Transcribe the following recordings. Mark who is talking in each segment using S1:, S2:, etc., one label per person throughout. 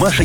S1: Маша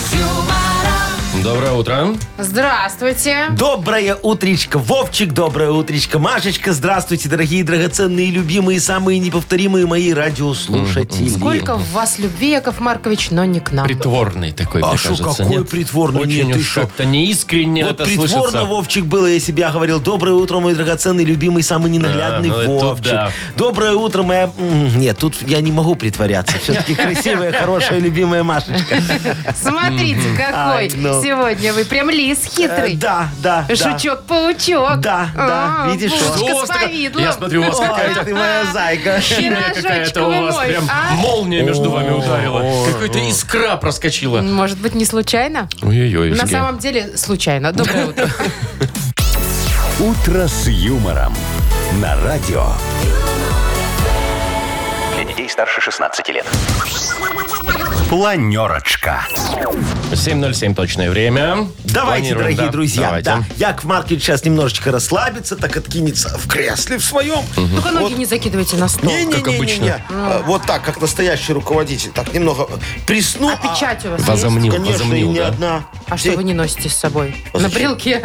S2: Доброе утро.
S3: Здравствуйте.
S4: Доброе утречко, Вовчик, доброе утречко, Машечка. Здравствуйте, дорогие, драгоценные, любимые, самые неповторимые мои радиослушатели.
S3: Сколько в вас любви, Яков Маркович, но не к нам.
S2: Притворный такой,
S4: А
S2: мне
S4: шо,
S2: кажется,
S4: какой
S2: нет?
S4: притворный?
S2: Очень
S4: Нет, ты
S2: уж
S4: шо?
S2: как-то неискренне
S4: Вот
S2: это
S4: притворно,
S2: слышится.
S4: Вовчик, было, я себя говорил. Доброе утро, мой драгоценный, любимый, самый ненаглядный
S2: Да, ну это
S4: Вовчик.
S2: да.
S4: Доброе утро, моя... м, Нет, тут я не могу притворяться. Все-таки красивая, хорошая, любимая Машечка. Э,
S3: Смотрите, какой
S4: Ай, ну.
S3: сегодня вы. Прям лис
S4: Э,
S3: хитрый.
S4: Да, да, да.
S3: Шучок-паучок.
S4: Да, да,
S3: А,
S4: видишь,
S3: булочка
S2: что у вас
S3: с
S2: такая-
S3: повидлом.
S2: Я смотрю, у вас
S4: Ой,
S2: какая-то-
S4: ты моя зайка.
S2: Химия какая-то у
S3: Пирожочковый
S2: вас
S3: мой,
S2: прям
S3: а?
S2: молния между вами ударила. Какая-то искра проскочила.
S3: Может быть, не случайно?
S2: Ой-ой-ой,
S3: На самом деле, случайно. Доброе утро.
S1: «Утро с юмором» на радио. Для детей старше 16 лет. Планерочка.
S2: 7.07 точное время.
S4: Давайте,
S2: Планируем,
S4: дорогие
S2: да.
S4: друзья,
S2: Давайте.
S4: да. Яков Маркович сейчас немножечко расслабится, так откинется в кресле в своем.
S3: Только ноги не закидывайте на стол.
S4: Не-не-не-не-не.
S2: как обычно.
S4: А, Вот так, как настоящий руководитель. Так немного присну.
S3: А печать у вас есть?
S2: Возомнил,
S4: Конечно, и
S2: возомнил,
S4: не
S2: да?
S4: одна.
S3: А что вы не носите с собой? На
S4: зачем?
S3: брелке?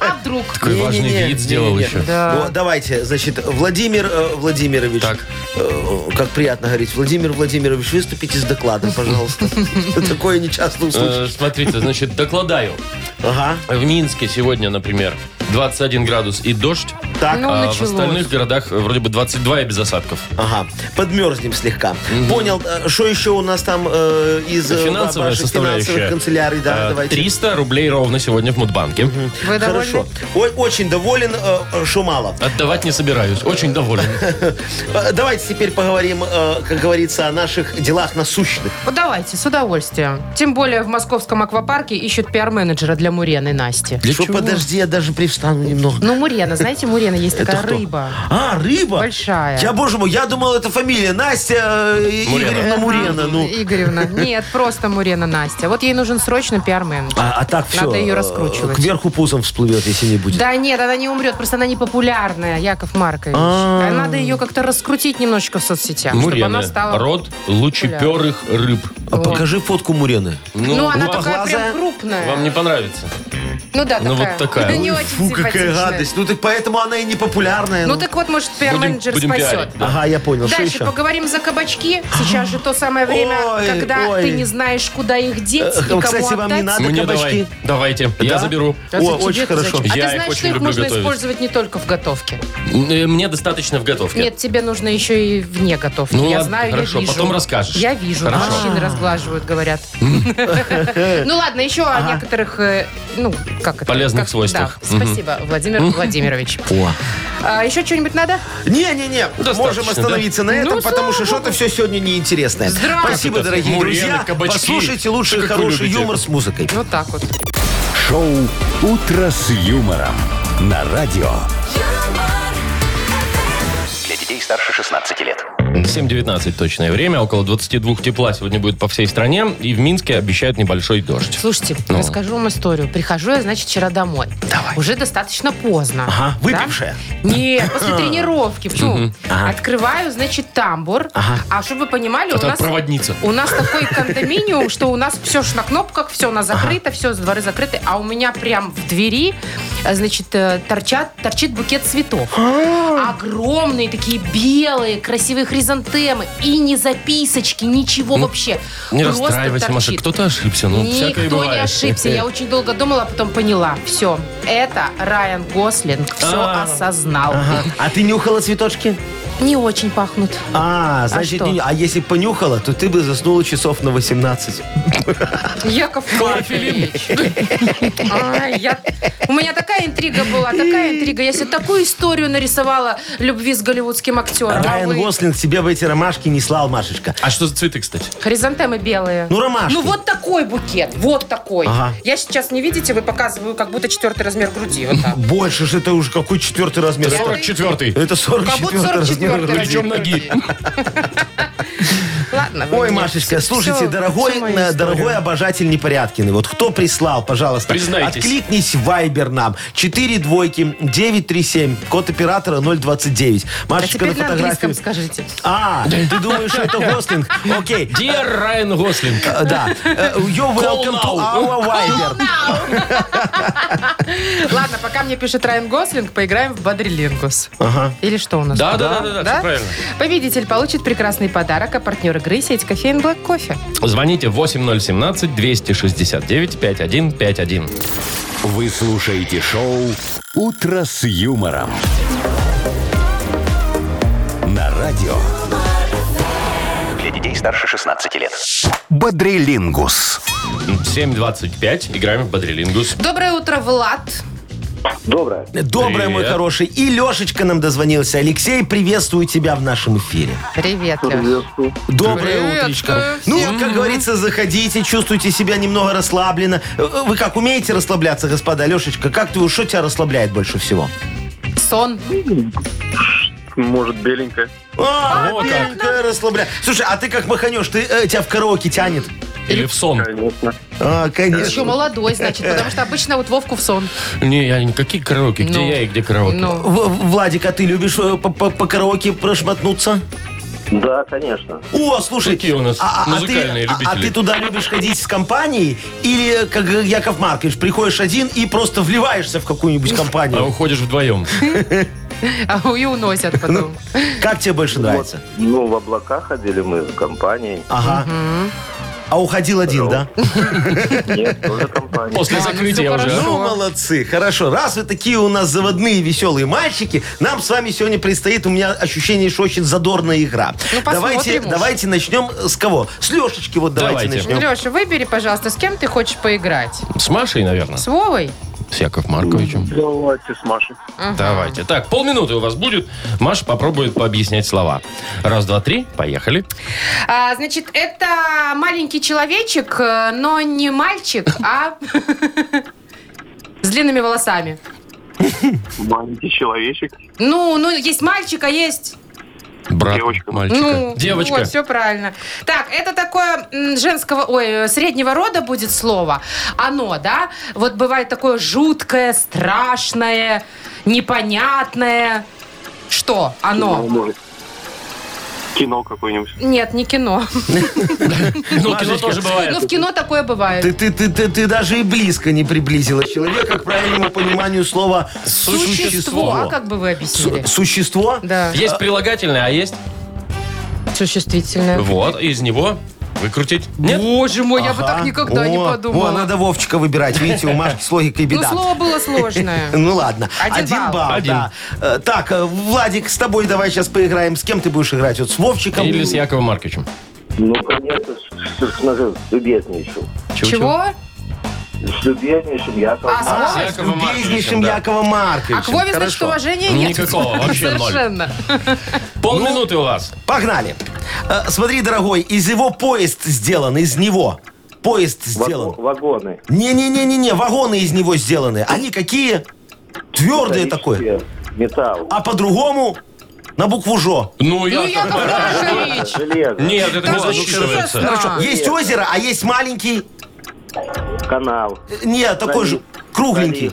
S3: А вдруг?
S2: Такой важный
S4: Не-не-не,
S2: вид сделал
S4: не-не-не.
S2: еще.
S3: Да.
S4: Ну, давайте, значит, Владимир э, Владимирович.
S2: Так.
S4: Э, Как приятно говорить. Владимир Владимирович, выступите с докладом, пожалуйста. Такое нечасто
S2: Э,
S4: услышать.
S2: Смотрите, значит, докладаю.
S4: Ага,
S2: В Минске сегодня, например, 21 градус и дождь,
S4: так.
S3: Ну,
S2: а в
S3: началось.
S2: остальных городах э, вроде бы 22 и без осадков.
S4: Ага, подмерзнем слегка. Понял, э, что еще у нас там э, из э,
S2: Финансовая
S4: ваших
S2: составляющая.
S4: финансовых канцелярий, да,
S2: Э,
S4: давайте.
S2: 300 рублей ровно сегодня в Мудбанке.
S3: Вы довольны?
S4: Хорошо. Ой, очень доволен, э, э, что мало.
S2: Отдавать не собираюсь. Очень доволен.
S4: Э, Давайте теперь поговорим, э, как говорится, о наших делах насущных.
S3: Ну, Давайте, с удовольствием. Тем более в московском аквапарке ищут пиар-менеджера для Мурены Насти.
S2: Для
S4: Шо,
S2: чего?
S4: подожди, я даже привстану немного.
S3: Ну, Мурена, знаете, Мурена есть такая
S4: кто?
S3: рыба.
S4: А, рыба?
S3: Большая.
S4: Я, боже мой, я думал, это фамилия Настя э, и-
S2: Мурена.
S4: Игоревна Мурена. Ну.
S3: Игоревна. Нет, просто Мурена Настя. Вот ей нужен срочно пиар-менеджер.
S4: А, а так все.
S3: Надо ее раскручивать.
S4: Кверху пузом всплывет, если не будет.
S3: Да нет, она не умрет, просто она не популярная, Яков Маркович.
S4: А.
S3: А Надо ее как-то раскрутить немножечко в соцсетях, чтобы она
S2: Мурена.
S3: стала...
S2: Род лучеперых рыб.
S4: А покажи фотку Мурены.
S3: Ну, она
S2: вам-
S3: такая
S4: глаза-
S3: прям крупная.
S2: Вам не понравится.
S3: Ну да, такая.
S2: Ну, вот такая.
S3: Не очень
S4: Фу, какая
S3: симпатичная.
S4: гадость. Ну так поэтому она и не популярная.
S3: Ну
S4: ну.
S3: так вот, может, пиар-менеджер
S2: будем
S3: спасет.
S2: пиарить.
S4: Ага, я понял. Что
S3: Дальше
S4: еще?
S3: поговорим за кабачки. Сейчас же то самое время,
S4: Ой,
S3: когда
S4: ой.
S3: ты не знаешь, куда их деть
S4: Э,
S3: и кому
S4: кстати, вам
S3: отдать.
S4: не надо
S2: Мне
S4: кабачки.
S2: давай. Давайте. Я
S4: Да?
S2: заберу.
S3: А
S4: О,
S3: зачем
S4: очень
S3: тебе-то
S4: хорошо.
S3: зачем? А
S2: Я
S3: ты
S2: их
S3: знаешь,
S2: очень
S3: что их
S2: люблю
S3: нужно
S2: готовить.
S3: использовать не только в готовке.
S2: Э, Мне достаточно в готовке.
S3: Нет, тебе нужно еще и вне готовки.
S2: Ну
S3: я
S2: ладно,
S3: знаю,
S2: хорошо,
S3: я вижу.
S2: потом расскажешь.
S3: Я вижу.
S2: Хорошо.
S3: Мужчины разглаживают, говорят. Ну ладно, еще о некоторых, э, ну, как это?
S2: Полезных
S3: как-
S2: свойствах.
S3: да, Спасибо, Владимир Владимирович. А, Еще что-нибудь надо?
S4: Не-не-не, можем
S2: Достаточно,
S4: остановиться на этом, потому что что-то все сегодня неинтересное.
S3: Ну, Здравствуйте.
S4: Спасибо, дорогие
S2: Мурены,
S4: друзья.
S2: кабачки.
S4: Послушайте лучше
S2: Как вы
S4: хороший
S2: любите.
S4: юмор с музыкой.
S3: Вот так вот.
S1: Шоу «Утро с юмором» на радио. Для детей старше 16 лет.
S2: 7.19 точное время. Около 22 тепла сегодня будет по всей стране. И в Минске обещают небольшой дождь.
S3: Слушайте,
S2: ну.
S3: расскажу вам историю. Прихожу я, значит, вчера домой.
S4: Давай.
S3: Уже достаточно поздно.
S4: Ага,
S3: Да?
S4: выпившая?
S3: Нет, после тренировки. Почему? Открываю, значит, тамбур. А чтобы вы понимали, у
S2: Это
S3: нас...
S2: проводница.
S3: У нас такой кондоминиум, что у нас все ж на кнопках, все на закрыто, все дворы закрыты, а у меня прям в двери, э, значит, э, торчат, торчит букет цветов.
S2: А!
S3: Огромные такие белые, красивые хризантемы и не записочки, ничего вообще.
S2: Ну, Не
S3: Просто
S2: расстраивайся, Маша,
S3: торчит.
S2: кто-то ошибся. Ну, всякое
S3: Никто не
S2: бывает. Э,
S3: ошибся. Я очень долго думала, а потом поняла. Все, это Райан Гослинг все
S2: А.
S3: осознал.
S4: Ага. А ты нюхала цветочки?
S3: Не очень пахнут.
S4: А, значит,
S3: что?
S4: не- а если б понюхала, то ты бы заснула часов на 18.
S3: Яков Маркович. Ай, я- У меня такая интрига была, такая интрига. Я себе такую историю нарисовала любви с голливудским актером. А
S4: Райан
S3: вы?
S4: Гослинг тебе бы эти ромашки не слал, Машечка.
S2: А что за цветы, кстати?
S3: Хризантемы белые.
S4: Ну, ромашки.
S3: Ну, вот такой букет, вот такой.
S4: Ага.
S3: Я сейчас, не видите, вы показываю как будто четвертый размер груди. Вот так.
S4: Больше же это уже какой четвертый размер.
S3: Я- Э,
S2: 44-й.
S4: Это
S3: Как будто
S4: 44 размер.
S3: 44
S4: груди.
S2: Причем ноги.
S3: Ладно, вы
S4: Ой,
S3: мне
S4: Машечка,
S3: всё-
S4: слушайте,
S3: всё-
S4: дорогой,
S3: всю мою
S4: э,
S3: историю.
S4: дорогой обожатель Непорядкиный, вот кто прислал, пожалуйста,
S2: Признайтесь.
S4: откликнись в Вайбер нам. 4 двойки, 937, код оператора 029.
S3: А
S4: Машечка на
S3: теперь на английском
S4: фотографии.
S3: скажите.
S4: А, ты думаешь, что это Гослинг? Окей.
S2: Dear Райан Гослинг.
S4: Э, Да. Э, You're welcome to
S2: now.
S4: our Viber.
S3: Ладно, пока мне пишет Райан Гослинг, поиграем в Бадрилингус. Или что у нас?
S2: Да,
S3: тут?
S2: да, да, да, да, всё правильно.
S3: Победитель получит прекрасный подарок, а партнер игры сеть кофеин Блэк Кофе.
S2: Звоните 8017-269-5151.
S1: Вы слушаете шоу «Утро с юмором». На радио.
S5: Для детей старше 16 лет.
S1: Бодрилингус.
S2: 7.25. Играем в Бодрилингус.
S3: Доброе утро, Влад.
S6: Доброе.
S4: Доброе, мой
S2: Привет.
S4: хороший. И Лешечка нам дозвонился. Алексей, приветствую тебя в нашем эфире.
S3: Привет, Леш.
S6: Приветствую.
S4: Доброе
S3: Привет,
S4: утречко.
S3: э,
S4: Ну,
S3: всем.
S4: как говорится, заходите, чувствуйте себя немного расслабленно. Э, Вы как, умеете расслабляться, господа? Лешечка, как ты, что тебя расслабляет больше всего?
S3: Сон.
S6: Может, беленькая.
S4: А,
S2: О, как.
S4: беленькая расслабля- Слушай, а ты как маханешь, ты, э, тебя в караоке тянет?
S2: Или в сон.
S6: Конечно.
S4: А,
S3: Еще
S4: конечно.
S3: молодой, значит, потому что обычно вот Вовку в сон.
S2: Не, я не- какие караоке? Где
S3: Ну,
S2: я и где караоке?
S4: В-
S3: Ну,
S4: Владик, а ты любишь э, по- по по караоке прошмотнуться?
S6: Да, конечно.
S4: О, слушай,
S2: Какие у нас
S4: а ты-
S2: музыкальные
S4: а- А,
S2: любители.
S4: ты туда любишь ходить с компанией или, как Яков Маркович, приходишь один и просто вливаешься в какую-нибудь
S2: А
S4: компанию?
S2: уходишь вдвоем.
S3: а и уносят потом.
S4: Как тебе больше нравится?
S6: Ну, в облака ходили мы за компанией.
S4: Ага. А уходил один, да?
S6: Нет, тоже компания.
S2: После
S3: Да, ну
S2: закрытия
S3: всё
S2: уже.
S3: хорошо.
S4: Ну, молодцы, хорошо. Раз вы такие у нас заводные, веселые мальчики, нам с вами сегодня предстоит, у меня ощущение, что очень задорная игра.
S3: Ну, посмотрим
S4: давайте,
S3: уж.
S4: давайте начнем с кого? С Лешечки вот давайте,
S2: Давайте.
S4: начнем.
S3: Леша, выбери, пожалуйста, с кем ты хочешь поиграть?
S2: С Машей, наверное.
S3: С Вовой?
S2: С Яков Марковичем.
S6: Давайте с Машей.
S2: Давайте. Так, полминуты у вас будет. Маша попробует пообъяснять слова. Раз, два, три. Поехали.
S3: А, значит, это маленький человечек, э, но не мальчик, а с длинными волосами.
S6: Маленький человечек.
S3: Ну, ну, есть мальчик, а есть...
S2: Брат
S6: Девочка.
S2: мальчика.
S3: Ну,
S2: Девочка.
S3: Вот, все правильно. Так, это такое м, женского, ой, э, среднего рода будет слово. Оно, да? Вот бывает такое жуткое, страшное, непонятное. Что?
S6: Ну,
S3: Оно?
S6: может, кино какое-нибудь.
S3: Нет, не кино.
S2: Ну, кино
S4: Машечка.
S2: тоже бывает.
S3: Ну, в кино такое бывает.
S4: Ты, ты, ты, ты, ты даже и близко не приблизила человека к правильному пониманию слова
S3: Существо. А
S4: существо.
S3: как бы вы объяснили?
S4: Су- Существо?
S3: Да.
S2: Есть прилагательное, а есть...
S3: Существительное.
S2: Вот, из него выкрутить. Нет?
S3: Боже мой, я бы
S4: Ага.
S3: так никогда не
S4: О,
S3: подумала.
S4: О, надо Вовчика выбирать. Видите, у Машки с логикой
S3: Ну,
S4: беда.
S3: слово было сложное.
S4: Ну ладно.
S3: Один балл.
S2: Один.
S4: да. Э, Так, э, Владик, с тобой давай сейчас поиграем. С кем ты будешь играть? Вот с Вовчиком?
S2: Или с Яковом Марковичем.
S6: Ну, конечно, смотри, любезничал.
S3: Чего?
S6: С любезничал я
S3: А, с
S4: А,
S3: Вовой?
S4: с
S2: Яковом Марковичем,
S4: любезнейшим
S2: да.
S4: Яковом Марковичем.
S3: А к Вове, значит,
S4: Хорошо.
S3: уважения нет.
S2: Ну, Никакого, вообще ноль.
S3: Совершенно.
S2: Полминуты
S3: Ну.
S2: у вас.
S4: Погнали. Э, Смотри, дорогой, из его поезд сделан, из него. Поезд сделан.
S6: Вагоны.
S4: Не-не-не-не-не, вагоны из него сделаны. Они какие? Твердые такой.
S6: Металлические, Металл.
S4: А по-другому на букву Жо.
S2: Ну,
S3: Ну,
S2: Яков
S3: Яков
S2: Маркович.
S3: Маркович.
S6: Железо.
S2: Нет, это не
S3: Там
S2: засчитывается.
S3: ужасно.
S4: Хорошо.
S3: А.
S4: Есть озеро, а есть маленький.
S6: Канал.
S4: э, Не, такой же кругленький.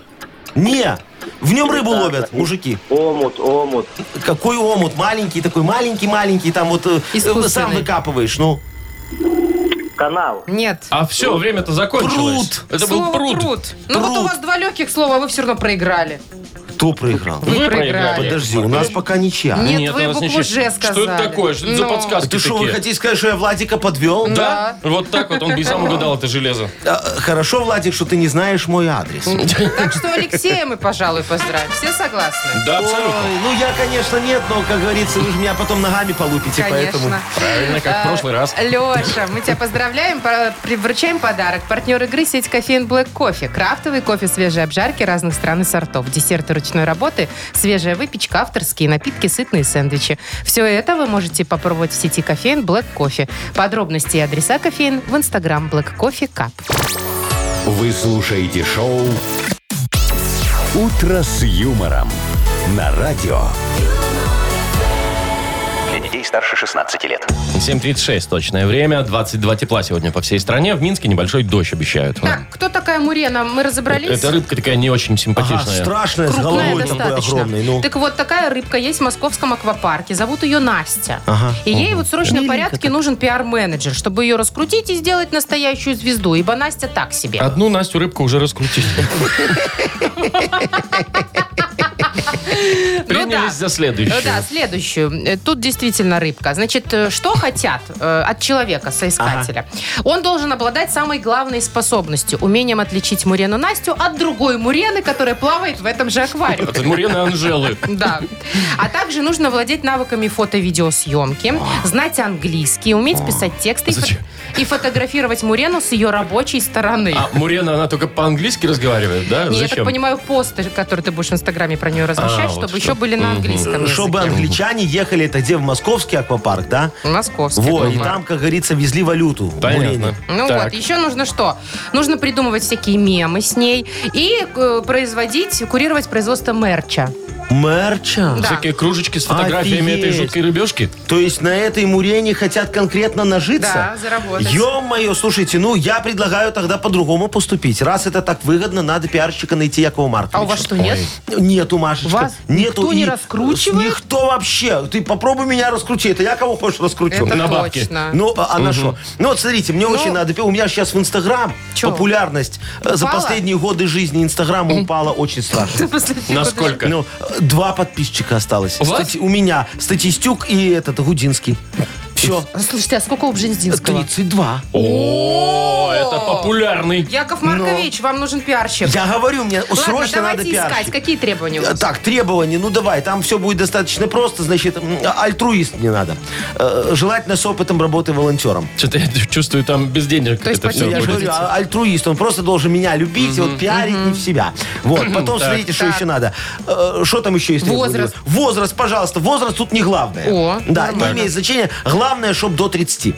S4: Не. В нем рыбу ловят, мужики.
S6: Омут, омут.
S4: Какой омут, маленький такой, маленький-маленький, там вот э,
S3: Искусственный.
S4: э, сам выкапываешь, ну.
S6: Канал.
S3: Нет.
S2: А все, время-то закончилось.
S4: Пруд.
S2: Это был
S3: Слово
S2: пруд.
S3: Ну вот
S4: Пруд.
S3: у вас два легких слова, а вы все равно проиграли.
S4: Кто проиграл?
S3: Вы,
S2: Вы проиграли.
S3: проиграли.
S4: Подожди, у нас пока ничья.
S3: Нет,
S2: А, Нет, у
S3: вы
S2: нас
S3: букву
S2: ничего.
S3: «Ж»
S2: Что
S3: сказали.
S2: это такое? Что это за
S3: Ну.
S2: подсказки
S4: А Ты что, вы
S2: такие?
S4: хотите сказать, что я Владика подвел?
S2: Да? Вот так вот он бы и сам угадал это железо.
S4: А, Хорошо, Владик, что ты не знаешь мой адрес.
S3: Так что Алексея мы, пожалуй, поздравим. Все согласны?
S2: Да, абсолютно.
S4: Ой, ну я, конечно, нет, но, как говорится, вы же меня потом ногами полупите,
S2: типа,
S4: поэтому...
S3: Конечно.
S2: Правильно, как в прошлый раз.
S3: Леша, А, мы тебя поздравляем, по- при- вручаем подарок. Партнер игры сеть кофеин Black Кофе. Крафтовый кофе свежей обжарки разных стран и сортов. Десерты ручной работы, свежая выпечка, авторские напитки, сытные сэндвичи. Все это вы можете попробовать в сети кофеин Black Кофе. Подробности и адреса кофеин в инстаграм Black Кофе Cup.
S1: Вы слушаете шоу «Утро с юмором» на радио.
S5: Для детей старше 16 лет.
S2: 7.36 точное время, 22 тепла сегодня по всей стране. В Минске небольшой дождь обещают.
S3: Так, кто такая Мурена? Мы разобрались?
S2: Это рыбка такая не очень
S4: Ага,
S2: симпатичная.
S4: страшная, с
S3: Крупная
S4: головой такой
S3: достаточно.
S4: огромной. Ну,
S3: Так вот, такая рыбка есть в московском аквапарке. Зовут ее Настя. И ей вот в срочном порядке нужен пиар-менеджер, чтобы ее раскрутить и сделать настоящую звезду. Ибо Настя так себе.
S2: Одну Настю рыбку уже раскрутили. Принялись за
S3: Э, Ну Да,
S2: следующую.
S3: следующую. Э, Тут действительно рыбка. Значит, э, что хотят э, от человека, соискателя? Он должен обладать самой главной способностью, умением отличить Мурену Настю от другой Мурены, которая плавает в этом же аквариуме.
S2: От Мурены Анжелы.
S3: Да. А также нужно владеть навыками фото-видеосъемки, знать английский, уметь писать тексты и фо-
S2: А Зачем?
S3: и фотографировать Мурену с ее рабочей стороны.
S2: А Мурена, она только по-английски разговаривает, да?
S3: Я так
S2: Зачем? А,
S3: понимаю, посты, которые ты будешь в Инстаграме про нее
S2: вот
S3: размещать, чтобы
S2: что.
S3: еще были на английском языке.
S4: чтобы англичане ехали, это где, в московский аквапарк, да?
S3: Московский.
S4: Вот, и
S3: Мгм.
S4: там, как говорится, везли валюту.
S2: Понятно.
S4: Мурене.
S3: Ну
S2: Так.
S3: вот, еще нужно что? Нужно придумывать всякие мемы с ней и э, производить, курировать производство мерча.
S4: Мерча.
S3: Да.
S2: Всякие кружечки с фотографиями
S4: Офигеть.
S2: этой жуткой рыбешки.
S4: То есть на этой мурене хотят конкретно нажиться?
S3: Да, заработать.
S4: Ё-моё, слушайте, ну я предлагаю тогда по-другому поступить. Раз это так выгодно, надо пиарщика найти Якова Марковича.
S3: А у вас что, нет?
S4: Нету, Машечка.
S3: Вас
S4: нету.
S3: никто не
S4: И
S3: раскручивает?
S4: Никто вообще. Ты попробуй меня раскрути. Это я кого хочешь раскручу.
S3: Это
S2: На бабки.
S3: точно.
S4: Ну, а на что? Ну, вот смотрите, мне очень надо... пи- У меня сейчас в Инстаграм
S3: Чё?
S4: популярность э, за
S3: Упала?
S4: последние годы жизни Инстаграма упала очень страшно.
S3: Последний год уже.
S2: Насколько?
S4: Ну, э, два подписчика осталось.
S2: У вас?
S4: Стати- у меня Статистюк и этот Гудинский. Все.
S3: А, Слушайте, а сколько у Бжензинского?
S4: 32.
S2: О, это популярный.
S3: Яков Маркович, вам нужен пиарщик.
S4: Я говорю, мне
S3: Ладно,
S4: срочно надо
S3: давайте искать.
S4: пиарщик.
S3: Какие требования у
S4: Э,
S3: вас?
S4: Так, требования, ну давай, там все будет достаточно просто, значит, м, альтруист не надо. Э, Желательно с опытом работы волонтером.
S2: Что-то я чувствую, там без денег
S3: То есть
S2: это все
S3: потеряешь.
S4: Я же
S2: будет.
S4: говорю, а- альтруист, он просто должен меня любить, вот пиарить не в себя. Вот, потом смотрите, что
S3: Так.
S4: еще надо. Э, Что там еще есть? требования?
S3: Возраст.
S4: Возраст, пожалуйста, возраст тут не главное.
S3: О,
S4: да, не
S3: нормально.
S4: имеет значения. Главное, чтобы до 30.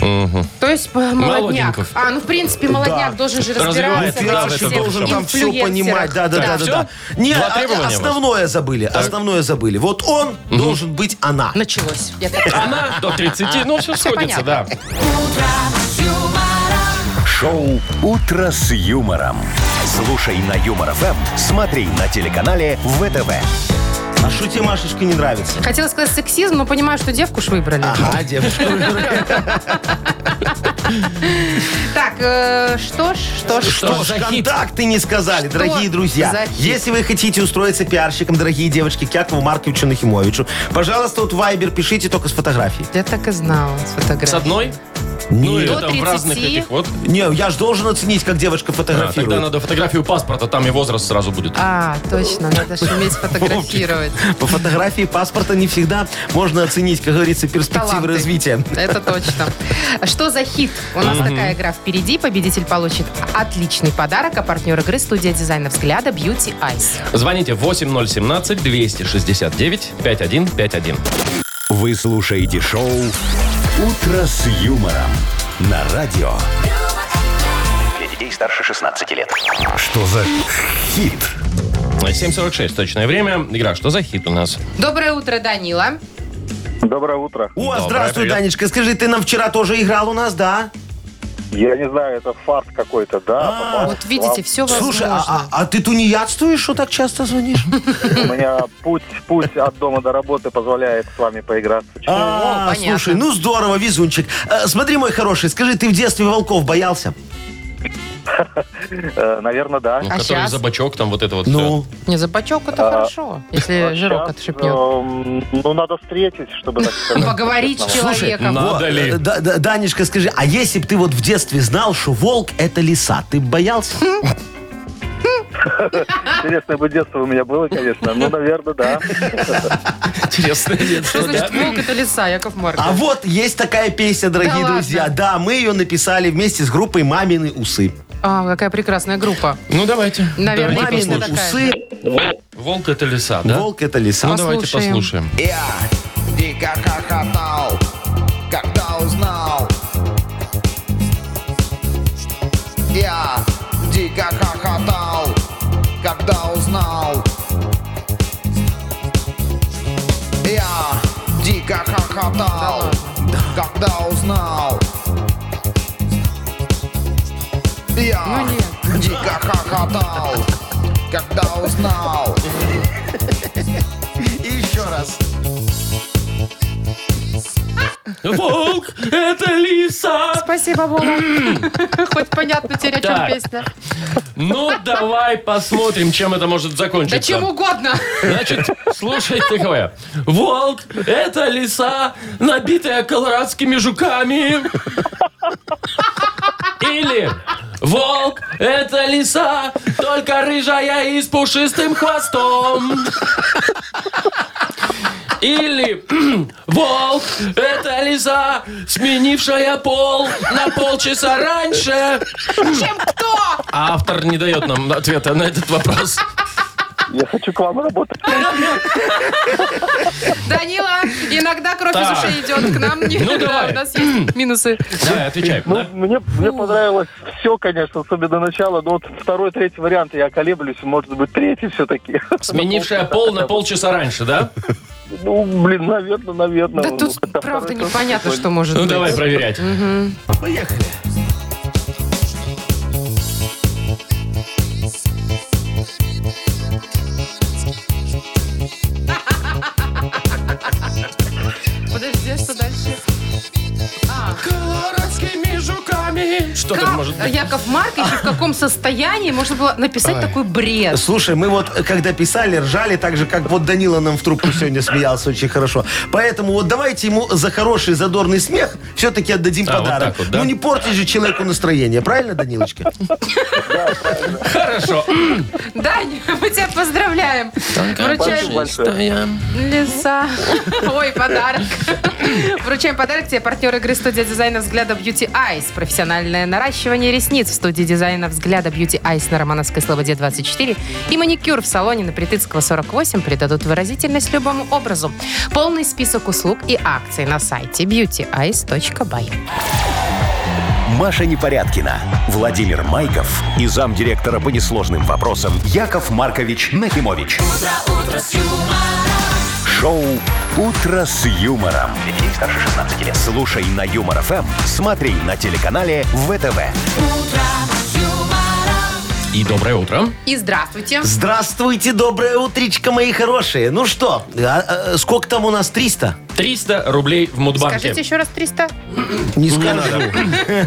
S3: То есть п- молодняк.
S2: Молоденьков.
S3: а, ну в принципе молодняк
S4: Да.
S3: должен же
S4: А,
S2: Развивает
S3: разбираться.
S2: пиар,
S3: во
S2: это
S4: Пиарщик
S3: всех
S2: точно.
S4: должен там все
S3: инфлюенсерах.
S4: понимать. Да, да, да, да,
S2: Всё?
S4: да. Не,
S2: Два
S4: а-
S2: требования у вас?
S4: основное забыли. Основное забыли. Вот он должен быть она.
S3: Началось. Я так-
S2: Она до 30, ну все сходится, да.
S1: Шоу «Утро с юмором». Слушай на Юмор ФМ, смотри на телеканале ВТВ.
S4: А что тебе, Машечка, не нравится?
S3: Хотела сказать сексизм, но понимаю, что девку ж выбрали.
S4: Ага, девушка.
S3: Так, э, что ж, что ж,
S4: Что ж, контакты не сказали,
S3: Что
S4: дорогие
S3: за
S4: друзья.
S3: хит?
S4: Если вы хотите устроиться пиарщиком, дорогие девочки, к Якову Марковичу Нахимовичу, пожалуйста, вот Вайбер пишите только с фотографией.
S3: Я так и знала с
S2: С
S3: фотографией.
S2: одной? Ну или
S3: До
S2: там в разных
S3: 30.
S2: этих вот.
S4: Не, я же должен оценить, как девочка
S2: А, Тогда
S4: фотографирует.
S2: надо фотографию паспорта, там и возраст сразу будет.
S3: А, точно, надо же уметь фотографировать.
S4: По фотографии паспорта не всегда можно оценить, как говорится, перспективы
S3: Таланты.
S4: развития.
S3: Это точно. Что за хит? У нас такая игра впереди. Победитель получит отличный подарок, а партнер игры студия дизайна взгляда Beauty Eyes.
S2: Звоните 8017-269-5151.
S1: Вы слушаете шоу «Утро с юмором» на радио.
S5: Для детей старше 16 лет.
S1: Что за хит?
S2: 7.46 точное время. Игра «Что за хит» у нас?
S3: Доброе утро, Данила.
S6: Доброе утро.
S4: О,
S2: Доброе,
S4: здравствуй,
S2: привет.
S4: Данечка. Скажи, ты нам вчера тоже играл у нас, да?
S6: Я не знаю, это фарт какой-то, да?
S3: А, Вот видите, все
S4: Слушай, а, а-
S3: возможно.
S4: а ты тунеядствуешь, что так часто звонишь?
S6: попал. У меня путь, путь от дома до работы позволяет с вами поиграться.
S4: А,
S3: понятно.
S4: слушай, ну здорово, везунчик. Э, Смотри, мой хороший, скажи, ты в детстве волков боялся?
S6: Э, Наверное, да.
S2: Ну,
S3: А
S2: который
S3: щас?
S2: за бачок, там вот это вот
S4: Ну,
S3: Не, за бачок это
S6: А,
S3: хорошо, если
S6: А
S3: Э, жирок
S6: щас,
S3: отшипнет. Ну,
S6: эм, Ну, надо встретить, чтобы так сказать.
S3: Поговорить с человеком.
S2: на- Надо ли?
S4: э, Да, да, Данечка, скажи, а если бы ты вот в детстве знал, что волк это лиса, ты бы боялся?
S3: Хм.
S6: Интересное бы детство у меня было, конечно. Ну, наверное, да.
S2: все. Интересное
S3: Что
S2: детство, да?
S3: значит волк это лиса, Яков
S4: А
S3: Маркович?
S4: вот есть такая песня, дорогие
S3: ладно?
S4: друзья. Да, мы ее написали вместе с группой «Мамины усы».
S3: А, какая прекрасная группа.
S2: Ну, давайте.
S3: Наверное,
S2: Давайте
S3: песня
S4: «Мамины
S2: послушаем.
S3: такая.
S4: усы»,
S2: Волк это лиса, да?
S4: волк это лиса.
S2: Ну, давайте
S3: Послушаем.
S2: послушаем.
S7: Я дико хохотал, когда узнал. Я дико хохотал, когда узнал. Я дико хохотал. хохотал, когда узнал. Я
S3: Ну нет.
S7: дико хохотал, когда узнал. И еще раз.
S2: Волк, это лиса.
S3: Спасибо, Вова. Хоть понятно теперь, о чем
S2: Так.
S3: песня.
S2: Ну, давай посмотрим, чем это может закончиться.
S3: Да чем угодно.
S2: Значит, слушай такое. Волк, это лиса, набитая колорадскими жуками. Или волк, это лиса, только рыжая и с пушистым хвостом. Или волк, это лиса, сменившая пол на полчаса раньше.
S3: Чем кто?
S2: А автор не дает нам ответа на этот вопрос.
S6: Я хочу к вам работать.
S3: Данила, иногда кровь
S2: Так.
S3: из ушей идет к нам. Не-
S2: Ну,
S3: да,
S2: давай.
S3: У нас есть минусы.
S2: Давай, отвечай.
S6: Ну, мне, мне понравилось все, конечно, особенно начало. Но вот второй, третий вариант я колеблюсь. Может быть, третий все-таки.
S2: Сменившая пол на полчаса раньше, да?
S6: Ну, блин, наверное, наверное.
S3: Да
S6: Ну,
S3: тут правда
S6: хотя второй тоже
S3: непонятно,
S6: прикольно.
S3: что может
S2: Ну
S3: быть.
S2: давай проверять.
S4: Поехали.
S3: Подожди, а что дальше? А.
S2: Колорадскими жуками. Что
S3: Как
S2: там может быть?
S3: Яков Маркович и в каком состоянии можно было написать такой бред?
S4: Слушай, мы вот э, когда писали, ржали так же, как вот Данила нам в трубку сегодня смеялся очень хорошо. Поэтому вот давайте ему за хороший задорный смех все-таки отдадим
S2: А, вот
S4: подарок.
S2: так вот, да?
S4: Ну не портить же человеку настроение, правильно, Данилочка?
S2: Хорошо.
S3: Дань, мы тебя поздравляем. Вручаем леса. Ой, подарок. Вручаем подарок тебе партнер игры студия дизайна взгляда Beauty Eyes. Профессиональное наращивание ресниц в студии дизайна взгляда Beauty Eyes на Романовской Слободе 24 и маникюр в салоне на Притыцкого 48 придадут выразительность любому образу. Полный список услуг и акций на сайте beautyeyes.by.
S1: Маша Непорядкина, Владимир Майков и замдиректора по несложным вопросам Яков Маркович Нахимович. Шоу Утро с юмором. Для детей старше 16 лет. Слушай на юмор ФМ, смотри на телеканале ВТВ.
S2: И доброе утро.
S3: И здравствуйте.
S4: Здравствуйте, доброе утречко, мои хорошие. Ну что, а, а, сколько там у нас? 300?
S2: 300 рублей в Мудбанке.
S3: Скажите еще раз 300.
S4: Не скажу.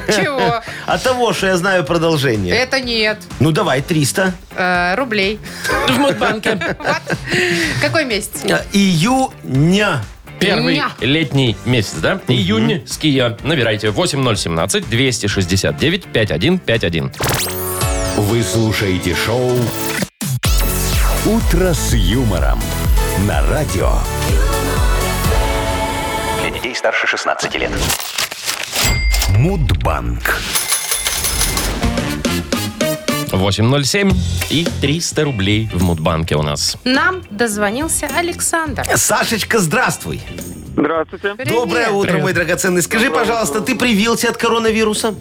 S3: Чего?
S4: От того, что я знаю продолжение.
S3: Это нет.
S4: Ну давай, 300.
S3: Э, Рублей.
S2: В Мудбанке.
S3: Вот. Какой месяц?
S4: А, Июня.
S2: Первый
S3: Ня.
S2: летний месяц, да? Июнь с Кия. Набирайте 8017-269-5151.
S1: Вы слушаете шоу Утро с юмором на радио.
S5: Для детей старше 16 лет.
S1: Мудбанк.
S2: 807 и 300 рублей в Мудбанке у нас.
S3: Нам дозвонился Александр.
S4: Сашечка, здравствуй.
S6: Здравствуйте.
S3: Привет.
S4: Доброе утро,
S2: Привет.
S4: мой драгоценный. Скажи, пожалуйста, ты привился от коронавируса?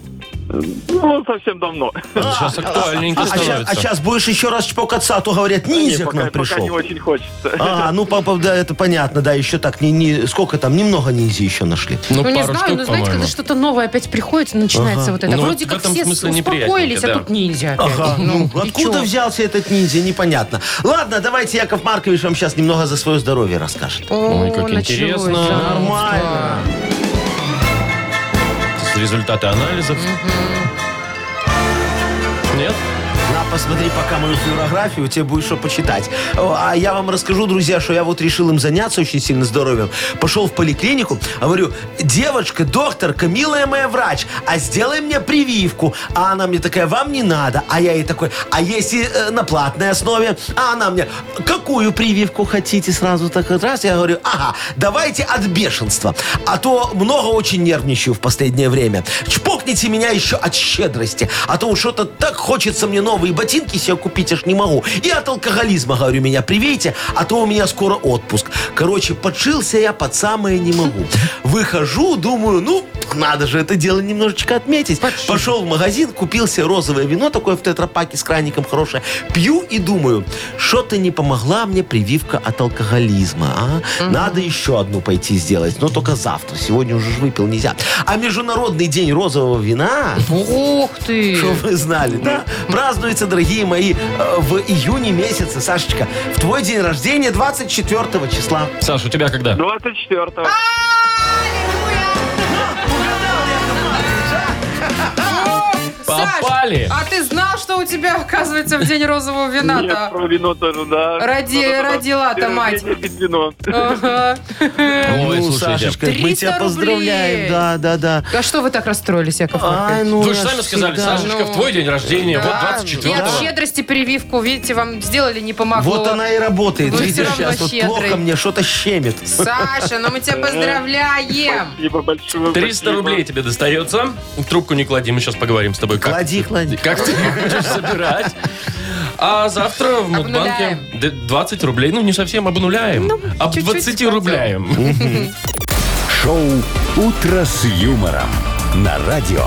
S6: Ну, совсем давно.
S2: Сейчас актуальненько
S4: А сейчас,
S2: становится.
S4: будешь еще раз чпокаться, а то говорят, ниндзя к
S6: пока,
S4: нам
S6: пока не
S4: пришел.
S6: очень хочется.
S4: Ага, ну, папа, да, это понятно, да, еще так, не, не, сколько там, немного ниндзя еще нашли.
S3: Ну, не знаю, но знаете, когда что-то новое опять приходит, и начинается вот это.
S2: Ну,
S3: Вроде
S2: в
S3: как
S2: этом
S3: все
S2: смысле
S3: успокоились,
S2: неприятненько,
S3: а
S2: да.
S3: тут ниндзя опять.
S4: Ага, ну,
S3: и
S4: откуда
S3: чё?
S4: взялся этот ниндзя, непонятно. Ладно, давайте Яков Маркович вам сейчас немного за свое здоровье расскажет.
S3: О,
S2: Ой, как
S3: началось,
S2: интересно.
S3: да.
S4: Нормально.
S2: Результаты анализов. Нет?
S4: На, посмотри пока мою флюорографию, тебе будет что почитать. О, А я вам расскажу, друзья, что я вот решил им заняться очень сильно здоровьем. Пошел в поликлинику, а говорю, девочка, докторка, милая моя врач, а сделай мне прививку. А она мне такая, вам не надо. А я ей такой, а если э, на платной основе? А она мне, какую прививку хотите сразу так вот раз? Я говорю, ага, давайте от бешенства. А то много очень нервничаю в последнее время. Чпокните меня еще от щедрости. А то уж что-то так хочется мне новые ботинки себе купить, аж не могу. И от алкоголизма, говорю, меня привейте, а то у меня скоро отпуск. Короче, подшился я под самое не могу. Выхожу, думаю, ну, надо же это дело немножечко отметить. Пошел в магазин, купил себе розовое вино, такое в тетрапаке с краником хорошее. Пью и думаю, что-то не помогла мне прививка от алкоголизма. А? Надо еще одну пойти сделать, но только завтра. Сегодня уже ж выпил нельзя. А Международный день розового вина...
S3: Ух ты!
S4: Что вы знали, да? Празднуется, дорогие мои, э, в июне месяце, Сашечка, в твой день рождения 24 числа.
S2: Саш, у тебя когда?
S6: Ну, 24-го.
S3: А, Саш,
S2: Попали.
S3: а ты знал, что у тебя, оказывается, в день розового
S6: Нет,
S3: вина-то?
S6: про вино тоже, да.
S3: Ради-
S6: Да-да-да.
S3: родила-то
S6: День
S3: мать.
S6: рождения пить вино.
S3: Ага.
S2: Ой,
S4: ну,
S2: слушайте.
S4: Сашечка, мы
S3: 300
S4: тебя
S3: рублей.
S4: поздравляем. Да, да, да.
S3: А что вы так расстроились, Яков
S4: Ай,
S3: Маркович?
S4: ну,
S2: Вы же
S4: наш
S2: сами сказали,
S4: всегда.
S2: Сашечка, в твой день рождения,
S3: Да.
S4: А,
S2: вот
S3: И от
S2: 24-го.
S3: щедрости прививку, видите, вам сделали, не помогло.
S4: Вот она и работает.
S3: Вы всё
S4: Видишь,
S3: равно
S4: сейчас вот
S3: щедрый.
S4: плохо мне что-то щемит.
S3: Саша, ну мы
S6: Э.
S3: тебя поздравляем.
S6: Спасибо большое.
S2: 300
S6: спасибо.
S2: рублей тебе достается. Трубку не клади, мы сейчас поговорим с тобой. Как
S4: Клади, клади.
S2: Как ты их будешь собирать? А завтра в Мудбанке
S3: Обнуляем. Ну,
S2: д- 20 рублей. Ну, не совсем обнуляем. Об
S3: чуть-чуть
S2: 20
S3: хотя бы.
S2: рубляем.
S1: Шоу «Утро с юмором» на радио.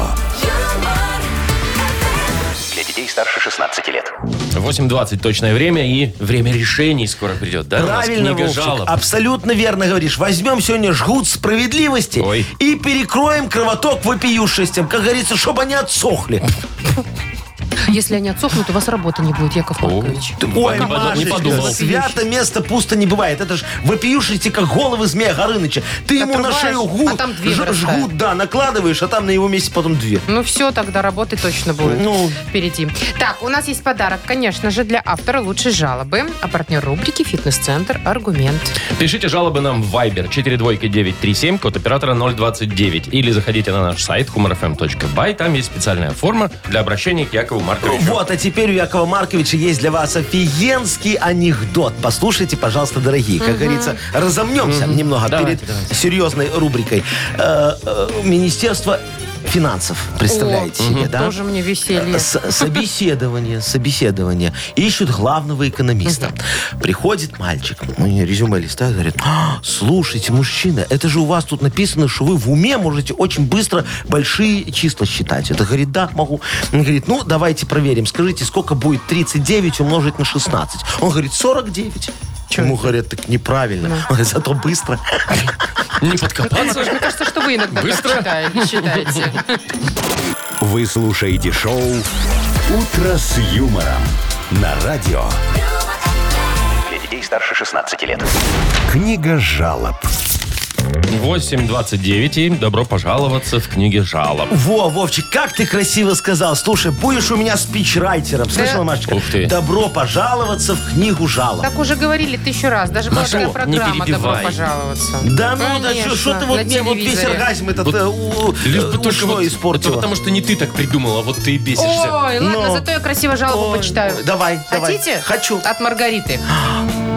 S5: Для детей старше 16 лет.
S2: 8.20 точное время и время решений скоро придет, да? у нас
S4: Правильно,
S2: книга
S4: Вовчик, А-
S2: жалоб.
S4: абсолютно верно говоришь. Возьмем сегодня жгут справедливости
S2: Ой.
S4: и перекроем кровоток вопиюшестям. Как говорится, чтобы они отсохли.
S3: А Если они отсохнут, у вас работы не будет, Яков Маркович.
S4: Ты-
S2: не подумал, не
S4: Машечка,
S2: подумал.
S4: свято место пусто не бывает. Это ж вопиюшести, как головы змея Горыныча. Ты ему на
S3: Отрываешь,
S4: шею
S3: а
S4: гуд,
S3: там две
S4: ж-
S3: вырастают.
S4: жгут, да, накладываешь, а там на его месте потом две.
S3: Ну все, тогда работы точно будет
S4: Ну.
S3: впереди. Так, у нас есть подарок, конечно же, для автора лучшей жалобы. А партнер рубрики «Фитнес-центр. Аргумент».
S2: Пишите жалобы нам в Viber 42937, код оператора 029. Или заходите на наш сайт humorfm.by. Там есть специальная форма для обращения к Якову Марковичу.
S4: Вот, а теперь у Якова Марковича есть для вас офигенский анекдот. Послушайте, пожалуйста, дорогие. Как говорится, разомнемся немного
S2: Давайте,
S4: перед
S2: давайте.
S4: серьезной рубрикой. Э, э, Министерство финансов, представляете
S3: О,
S4: себе, да?
S3: Тоже мне веселье.
S4: С- Собеседование, собеседование. Ищут главного экономиста. Приходит мальчик, ну, не, резюме листает, говорит, «А, слушайте, мужчина, это же у вас тут написано, что вы в уме можете очень быстро большие числа считать. Это говорит, да, могу. Он говорит, ну, давайте проверим, скажите, сколько будет 39 умножить на 16? Он говорит, 49. Ему говорят, так неправильно. Он говорит, зато быстро.
S2: Не
S3: Яков Маркович,
S2: подкопаться.
S3: Мне кажется, что вы иногда так
S2: Быстро?
S3: считаете- считаете.
S1: Вы слушаете шоу «Утро с юмором» на радио.
S5: Для детей старше 16 лет.
S1: Книга жалоб.
S2: 8.29 и добро пожаловаться в книге жалоб.
S4: Во, Вовчик, как ты красиво сказал. Слушай, будешь у меня спичрайтером. Слышала, Машечка?
S2: Ух ты.
S4: Добро пожаловаться в книгу жалоб.
S3: Так уже говорили тысячу раз. Даже была такая
S2: не
S3: программа «Добро
S2: перебивай.
S3: пожаловаться».
S4: Да ну, да что, что ты
S3: Конечно,
S4: вот
S3: на
S4: мне вот весь
S3: телевизоре.
S4: оргазм этот
S2: Вот
S4: э, у-
S2: Лишь
S4: э,
S2: бы только
S4: ушной
S2: вот-
S4: испортила.
S2: это потому что не ты так придумала, вот ты и бесишься.
S3: Ой, ладно,
S4: Но.
S3: зато я красиво жалобу
S4: Ой,
S3: почитаю.
S4: Давай, давай.
S3: Хотите? А.
S4: Хочу.
S3: От Маргариты.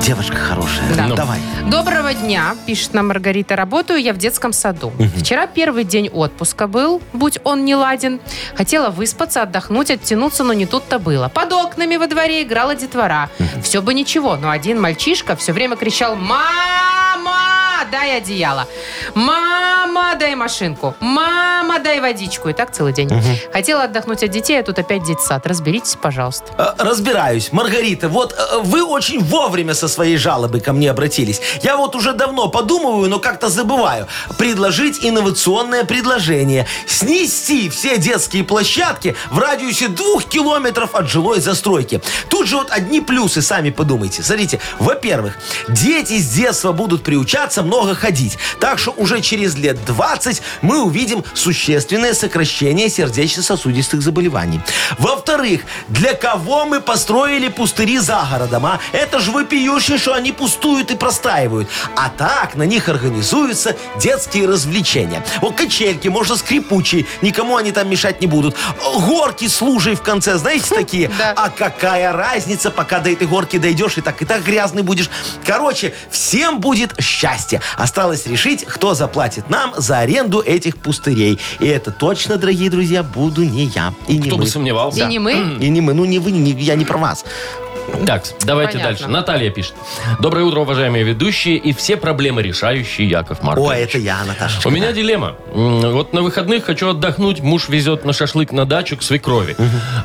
S4: Девушка хорошая.
S3: Да.
S4: Ну, Давай.
S3: Доброго дня, пишет нам Маргарита. Работаю я в детском саду. Вчера первый день отпуска был, будь он не ладен. Хотела выспаться, отдохнуть, оттянуться, но не тут-то было. Под окнами во дворе играла детвора. Все бы ничего, но один мальчишка все время кричал «Мама, дай одеяло! Мама, дай машинку! Мама, дай водичку!» И так целый день. Хотела отдохнуть от детей, а тут опять детсад. Разберитесь, пожалуйста.
S4: Э, Разбираюсь. Маргарита, вот э, вы очень вовремя со своей жалобой ко мне обратились. Я вот уже давно подумываю, но как-то забываю. Предложить инновационное предложение. Снести все детские площадки в радиусе двух километров от жилой застройки. Тут же вот одни плюсы, сами подумайте. Смотрите, во-первых, дети с детства будут приучаться много ходить. Так что уже через лет 20 мы увидим существенное сокращение сердечно-сосудистых заболеваний. Во-вторых, для кого мы построили пустыри за городом, а? Это же вопиюще, что они пустуют и простаивают. А так на них организуются детские развлечения. Вот качельки, можно скрипучие, никому они там мешать не будут. Горки с лужей в конце, знаете, такие?
S3: Да.
S4: А какая разница, пока до этой горки дойдешь, и так и так грязный будешь. Короче, всем будет счастье. Осталось решить, кто заплатит нам за аренду этих пустырей. И это точно, дорогие друзья, буду не я. И не
S2: Кто
S4: мы.
S2: бы сомневался.
S3: И не мы,
S4: И не мы. Ну, не вы, не- я не про вас.
S2: Так, давайте
S3: Понятно.
S2: дальше. Наталья пишет. Доброе утро, уважаемые ведущие и все проблемы решающие Яков Маркович.
S4: Ой, это я,
S2: У
S4: Наташечка.
S2: меня дилемма. М, Вот на выходных хочу отдохнуть, муж везет на шашлык на дачу к свекрови.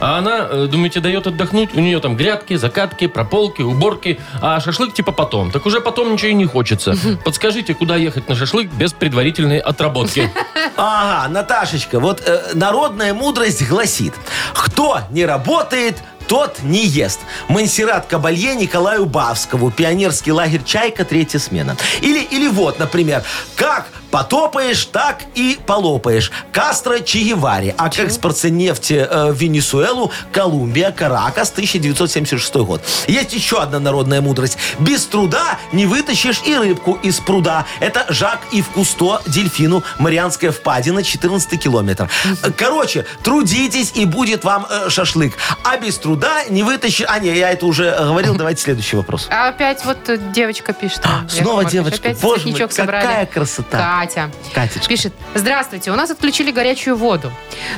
S2: А она, э, думаете, дает отдохнуть? У нее там грядки, закатки, прополки, уборки, а шашлык типа потом. Так уже потом ничего и не хочется. Подскажите, куда ехать на шашлык без предварительной отработки?
S4: Ага, Наташечка, вот э, народная мудрость гласит, кто не работает, тот не ест. Мансерат Кабалье Николаю Бавскову, пионерский лагерь «Чайка», третья смена. Или, или вот, например, как потопаешь, так и полопаешь. Кастро Че Гевари. А к экспорте нефти э, в Венесуэлу, Колумбия, Каракас, 1976 год. Есть еще одна народная мудрость. Без труда не вытащишь и рыбку из пруда. Это Жак и Кусто дельфину Марианская впадина, 14 километр. Короче, трудитесь и будет вам э, шашлык. А без труда не вытащишь... А, не, я это уже э, говорил, давайте следующий вопрос.
S3: А опять вот э, девочка пишет. Яков
S4: А, снова
S3: Маркович.
S4: девочка.
S3: Опять
S4: Боже мой,
S3: цветничок
S4: какая
S3: собрали.
S4: красота.
S3: Катя.
S4: Катечка.
S3: Пишет, здравствуйте, у нас отключили горячую воду.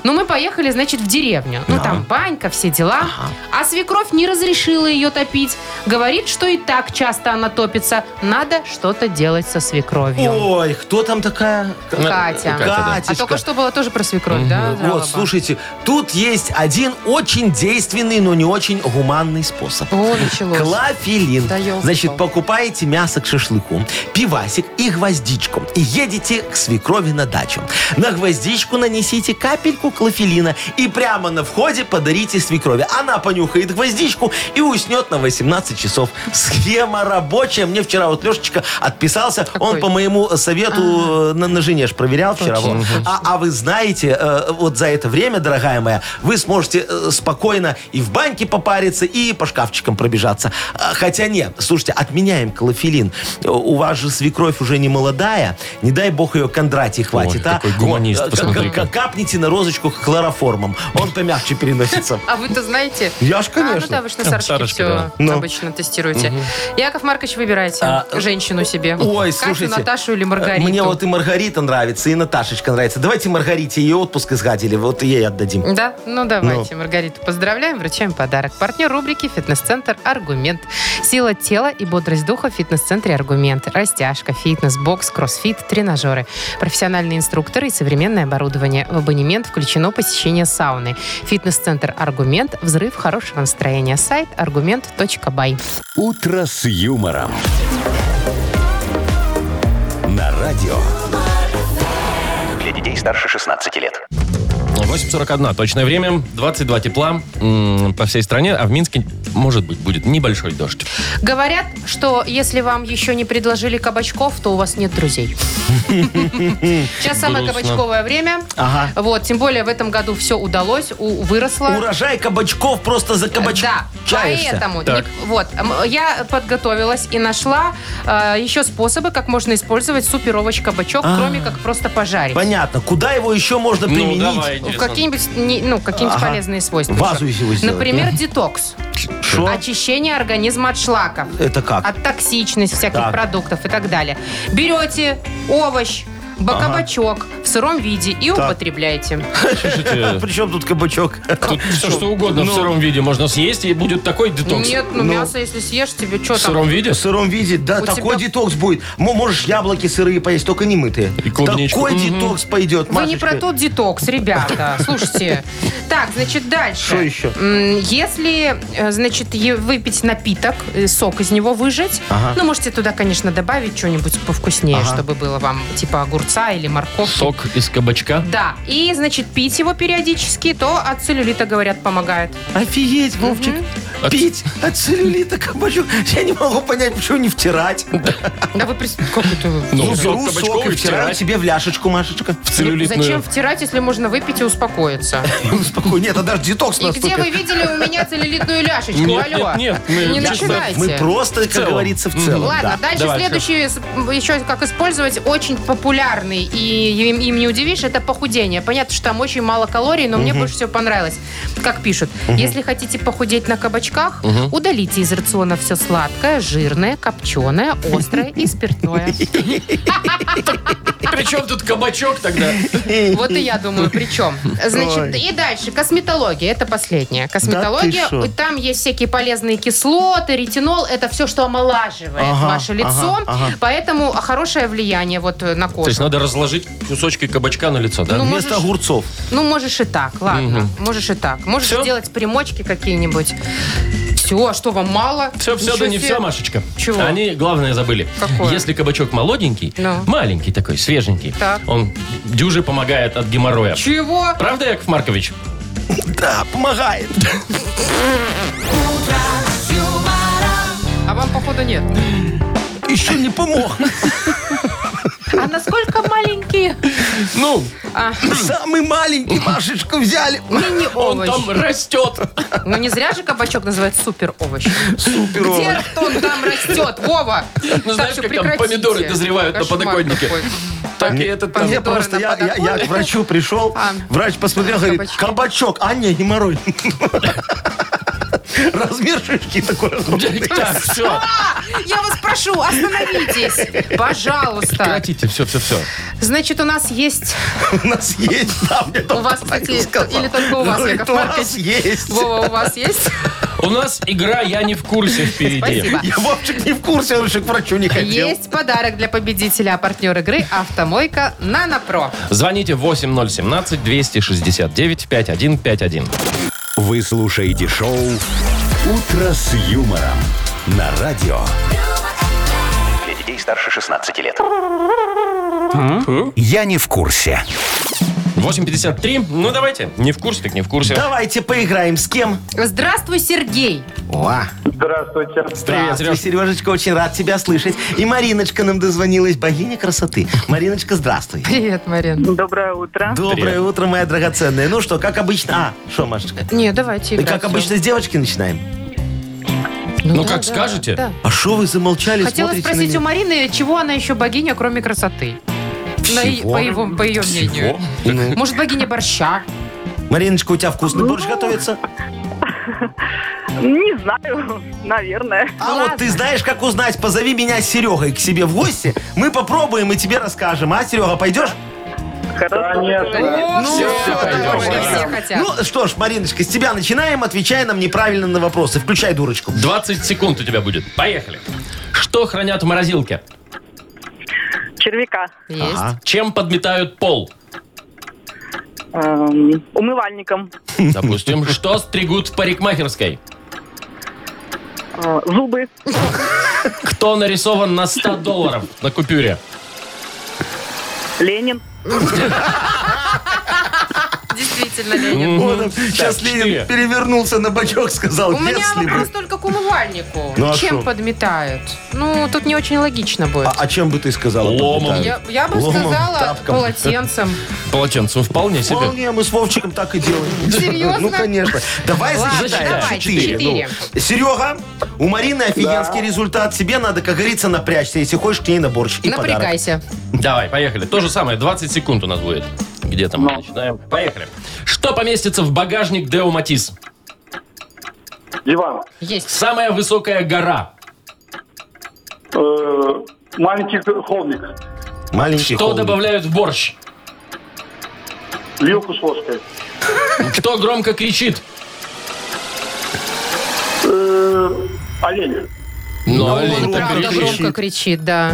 S3: Но мы поехали, значит, в деревню. Ну, там банька, все дела. А свекровь не разрешила ее топить. Говорит, что и так часто она топится. Надо что-то делать со свекровью.
S4: Ой, кто там такая?
S3: Катя.
S2: да.
S3: А только что было тоже про свекровь, да? жалоба?
S4: Вот, слушайте, тут есть один очень действенный, но не очень гуманный способ.
S3: О, началось.
S4: Клофелин.
S3: Да ёлки-палки.
S4: Значит, покупаете мясо к шашлыку, пивасик и гвоздичку. И едете к свекрови на дачу. На гвоздичку нанесите капельку клофелина и прямо на входе подарите свекрови. Она понюхает гвоздичку и уснет на 18 часов. Схема рабочая. Мне вчера вот Лешечка отписался. Он по моему совету э, на, на жене ж проверял вчера. вот. А, а вы знаете, э, вот за это время, дорогая моя, вы сможете э, спокойно и в баньке попариться, и по шкафчикам пробежаться. А, Хотя нет, слушайте, отменяем клофелин. Э, У вас же свекровь уже не молодая. Не дай бог ее Кондратий хватит. а?
S2: какой гуманист,
S4: Вот, э, к- к-
S2: посмотри-ка.
S4: Капните на розочку хлороформом. Он помягче переносится.
S3: А вы-то знаете?
S4: Я ж,
S3: А, ну да,
S4: конечно.
S3: вы же на Сарочке
S2: Сарочка,
S3: все
S2: да.
S4: Ну.
S3: обычно тестируете. Яков Маркович, выбирайте
S4: А, э,
S3: женщину себе.
S4: Ой,
S3: Катю,
S4: слушайте. э,
S3: Наташу или Маргариту.
S4: Мне вот и Маргарита нравится, и Наташечка нравится. Давайте Маргарите ее отпуск изгадили, вот ей отдадим.
S3: Да? Ну, давайте, Маргариту поздравляем, вручаем подарок. Партнер рубрики «Фитнес-центр Аргумент». Сила тела и бодрость духа в фитнес-центре «Аргумент». Растяжка, фитнес, бокс, кроссфит, тренажеры. Профессиональные инструкторы и современное оборудование. В абонемент включено посещение сауны. Фитнес-центр «Аргумент». Взрыв хорошего настроения. Сайт аргумент.бай.
S1: «Утро с юмором». На радио.
S5: Для детей старше 16 лет.
S2: 8.41 точное время, 22 тепла м, по всей стране, а в Минске, может быть, будет небольшой дождь.
S3: Говорят, что если вам еще не предложили кабачков, то у вас нет друзей. Сейчас самое
S2: Грустно.
S3: кабачковое время.
S4: Ага.
S3: Вот, тем более в этом году все удалось, у- выросло.
S4: Урожай кабачков просто за
S3: Типа, Да,
S4: кабачка.
S3: поэтому
S2: Так.
S3: не- вот м, я подготовилась и нашла э, еще способы, как можно использовать супировочь кабачок, кроме как просто пожарить.
S4: А. Понятно. Куда его еще можно
S2: Ну,
S4: применить?
S3: В Какие-нибудь не- ну какие-нибудь
S4: Ага.
S3: полезные свойства.
S4: Вазу
S3: еще.
S4: из него сделать,
S3: Например, детокс,
S4: Шо?
S3: А очищение организма от шлаков.
S4: Это как?
S3: от токсичности всяких
S4: Так.
S3: продуктов и так далее. Берете овощ, ба- кабачок в сыром виде и употребляете.
S2: Слушайте,
S4: Причем тут кабачок?
S2: Тут все что угодно в сыром виде можно съесть, и будет такой детокс.
S3: Ну. Нет, ну, мясо, если съешь, тебе что
S2: В сыром
S3: там?
S2: виде?
S4: В сыром виде, да,
S3: У
S4: такой
S3: тебя-
S4: детокс будет. М- Можешь яблоки сырые поесть, только не мытые.
S2: И клубничку.
S4: Такой
S2: Мгм.
S4: детокс пойдет,
S3: Вы не про
S4: Машечка.
S3: тот детокс, ребята. Слушайте. Так, значит, дальше.
S4: Что еще?
S3: М, Если, э, значит, е- выпить напиток, э, сок из него выжать,
S4: Ага.
S3: ну, можете туда, конечно, добавить что-нибудь повкуснее,
S4: Ага.
S3: чтобы было вам, типа, огурца или морковки.
S2: Сок из кабачка.
S3: Да. И, значит, пить его периодически, то от целлюлита, говорят, помогает.
S4: Офигеть, Вовчик.
S2: От-
S4: Пить от целлюлита кабачок. Я не могу понять, почему не втирать.
S3: Да А вы прис- как это вы?
S2: Ну,
S4: Ну,
S2: сок
S4: беру
S2: кабачковый
S4: сок и втираю
S2: втирать.
S4: себе в ляшечку, Машечка.
S2: В целлюлитную.
S3: Зачем втирать, если можно выпить и успокоиться?
S4: Успокой. Нет, а даже детокс
S3: И где вы
S4: наступит.
S3: видели у меня целлюлитную ляшечку?
S2: Нет,
S3: Алло.
S2: нет, нет, мы
S3: не
S2: чисто-
S3: начинайте.
S4: Мы просто, как
S2: целом.
S4: говорится, в целом.
S3: Ладно,
S4: да.
S3: дальше
S2: Давай,
S3: следующий с- еще как использовать очень популярный и им, им не удивишь, это похудение. Понятно, что там очень мало калорий, но мне больше всего понравилось. Как пишут, если хотите похудеть на кабачках, удалите из рациона все сладкое, жирное, копченое, острое и спиртное.
S2: чем тут кабачок тогда?
S3: Вот и я думаю, причем. Значит, и дальше. Косметология. Это последняя.
S4: Да
S3: Косметология.
S4: ты шо?
S3: и там есть всякие полезные кислоты, ретинол. Это все, что омолаживает
S4: Ага,
S3: ваше лицо.
S4: ага, ага.
S3: Поэтому а, хорошее влияние вот э, на
S2: То есть
S3: кожу.
S2: надо разложить кусочки кабачка на лицо, да?
S3: Ну,
S4: Вместо
S3: можешь-
S4: огурцов.
S3: Ну, можешь и так, ладно. Можешь и так. Можешь
S2: Всё?
S3: сделать примочки какие-нибудь. Все, что вам мало?
S2: Все, все,
S3: Ничего
S2: да не
S3: себе.
S2: все, Машечка.
S3: Чего?
S2: Они главное забыли.
S3: Какое?
S2: Если кабачок молоденький,
S3: Ну.
S2: маленький такой, свеженький,
S3: Так.
S2: он дюже помогает от геморроя.
S3: Чего?
S2: Правда, Яков Маркович?
S4: Да, помогает.
S3: А вам, походу, нет.
S4: Еще не помог.
S3: А насколько маленькие?
S2: Ну,
S3: А.
S4: Самый маленький Машечку взяли.
S2: он
S3: Мини-овощ.
S2: там растет.
S3: Ну не зря же кабачок называется супер овощ.
S4: Супер.
S3: Где он там растет, Вова?
S2: Ну, знаешь,
S3: что
S2: как там
S3: прекратите.
S2: помидоры дозревают на
S3: Кошмар
S2: подоконнике.
S3: какой.
S2: Так и этот там.
S4: Я
S3: Помидоры
S4: просто,
S3: на
S4: я, я- я
S3: подоконнике.
S4: к врачу пришел,
S3: А.
S4: врач посмотрел, говорит,
S3: Кабачки.
S4: кабачок, а не, геморрой. Размер шишки такой.
S2: Так, все,
S3: А, Я вас прошу, остановитесь, пожалуйста.
S2: прекратите, все, все, все.
S3: Значит, у нас есть...
S4: У нас есть, да, мне
S3: У
S4: доктор
S3: вас,
S4: так
S3: кстати,
S4: сказал.
S3: или только у вас,
S4: Говорит,
S3: Яков
S4: у
S3: Маркович?
S4: вас есть.
S3: Вова, у вас есть?
S2: У нас игра «Я не в курсе» впереди.
S3: Спасибо.
S4: Я Вовчик не в курсе, он еще к врачу не хотел.
S3: А Есть подарок для победителя, а партнер игры «Автомойка Нанопро».
S2: Звоните 8017-269-5151.
S1: Вы слушаете шоу «Утро с юмором» на радио.
S5: Для детей старше 16 лет.
S1: Я не в курсе.
S2: 8.53. Ну, давайте. Не в курсе, так не в курсе.
S4: Давайте поиграем с кем?
S3: Здравствуй, Сергей.
S4: О,
S6: Здравствуйте.
S2: Привет,
S4: Здравствуй, Сережечка, очень рад тебя слышать. И Мариночка нам дозвонилась, богиня красоты. Мариночка, здравствуй.
S3: Привет, Марин.
S8: Доброе утро.
S4: Доброе
S2: Привет.
S4: утро, моя драгоценная. Ну что, как обычно... А, что, Машечка?
S3: Не, давайте
S4: Мы,
S3: играть.
S4: как обычно, с девочки начинаем.
S2: Ну,
S3: да,
S2: как
S3: да,
S2: скажете.
S3: да.
S4: А что вы замолчали,
S3: Хотела
S4: смотрите на
S3: спросить у
S4: меня?
S3: Марины, чего она еще богиня, кроме красоты? На е-
S4: Всего?
S3: по, его, по ее мнению. Может, богиня борща?
S4: Мариночка, у тебя вкусный борщ
S3: Ну.
S4: готовится?
S8: Не знаю, наверное.
S4: А вот ты знаешь, как узнать? Позови меня с Серегой к себе в гости. Мы попробуем и тебе расскажем. А, Серега, пойдешь?
S6: Конечно.
S2: всё,
S3: О, Ну, всё,
S2: пойдем,
S3: давай,
S2: пойдем.
S3: все хотят.
S4: Ну что ж, Мариночка, с тебя начинаем. Отвечай нам неправильно на вопросы. Включай дурочку.
S2: 20 секунд у тебя будет. Поехали. Что хранят в морозилке?
S8: Червяка.
S3: Есть.
S4: Ну, Ага.
S2: Чем подметают пол?
S8: Эм, умывальником.
S2: Допустим, что стригут в парикмахерской?
S8: Э, зубы.
S2: Кто нарисован на 100 долларов на купюре?
S8: Ленин.
S3: Действительно, Ленин.
S4: Сейчас
S2: Так,
S4: Ленин
S2: четыре.
S4: перевернулся на бочок, сказал,
S3: У меня
S4: Ну, если
S3: вопрос
S4: бы.
S3: только к умывальнику.
S4: Ну, а
S3: Чем
S4: шо?
S3: подметают? Ну, тут не очень логично будет.
S4: А, а чем бы ты сказала?
S2: Ломом.
S4: Наталья?
S3: Я, я бы
S4: Ломом,
S3: сказала
S4: тапком.
S3: полотенцем.
S2: Полотенцем вполне себе.
S4: Вполне, мы с Вовчиком так и делаем.
S3: Серьезно?
S4: Ну, конечно. Давай
S3: Ладно,
S4: засчитаем.
S3: давай, четыре.
S4: Ну, Серега, у Марины офигенский результат. Тебе надо, как говорится, напрячься, если хочешь к ней на борщ. И подарок.
S3: Напрягайся.
S2: Давай, поехали. То же самое, 20 секунд у нас будет. Где-то мы начинаем. Поехали. Что поместится в багажник Део Матис?
S6: Иван,
S3: Есть.
S2: Самая высокая гора.
S6: э, маленький холмик.
S4: Маленький
S2: Что
S4: холодильник.
S2: добавляют в борщ?
S6: Вилку с ложкой.
S2: Кто громко кричит?
S6: Э, олень.
S2: Ну,
S4: он
S2: так
S4: правда
S3: Правда,
S2: кричит.
S4: кричит.
S3: громко кричит, да.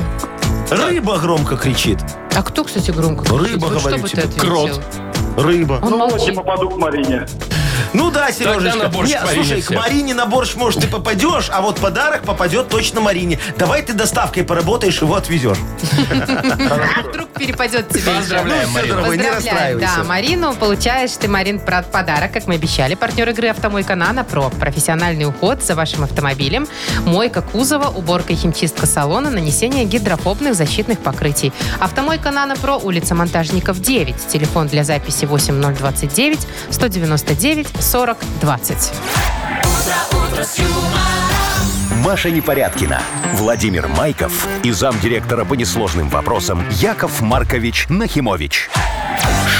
S4: Рыба громко кричит.
S3: А кто, кстати, громко кричит?
S4: Рыба, типа,
S3: Вот что
S4: говорю
S3: бы ты
S4: тебе.
S3: ответил?
S2: Крот.
S4: Рыба.
S3: Он
S6: Ну, вот не
S3: молчит.
S6: попаду к Марине.
S4: Ну да,
S2: на
S4: Сережечка.
S2: борщ
S4: Не,
S2: к Марине
S4: слушай, к
S2: всех.
S4: Марине на борщ, может, ты попадешь, а вот подарок попадет точно Марине. Давай ты доставкой поработаешь, его отвезешь.
S3: А вдруг перепадет тебе еще?
S2: Поздравляем,
S4: Ну,
S2: Марина.
S4: Федоров. Здорово, не
S3: Поздравляем,
S4: расстраивайся.
S3: да, Марину. Получаешь ты, Марин, про- подарок, как мы обещали. Партнер игры «Автомойка Нано» про профессиональный уход за вашим автомобилем, мойка кузова, уборка и химчистка салона, нанесение гидрофобных защитных покрытий. «Автомойка Нано» про улица Монтажников, 9. Телефон для записи 8029 199 40 20.
S1: Маша Непорядкина, Владимир Майков и замдиректора по несложным вопросам Яков Маркович Нахимович.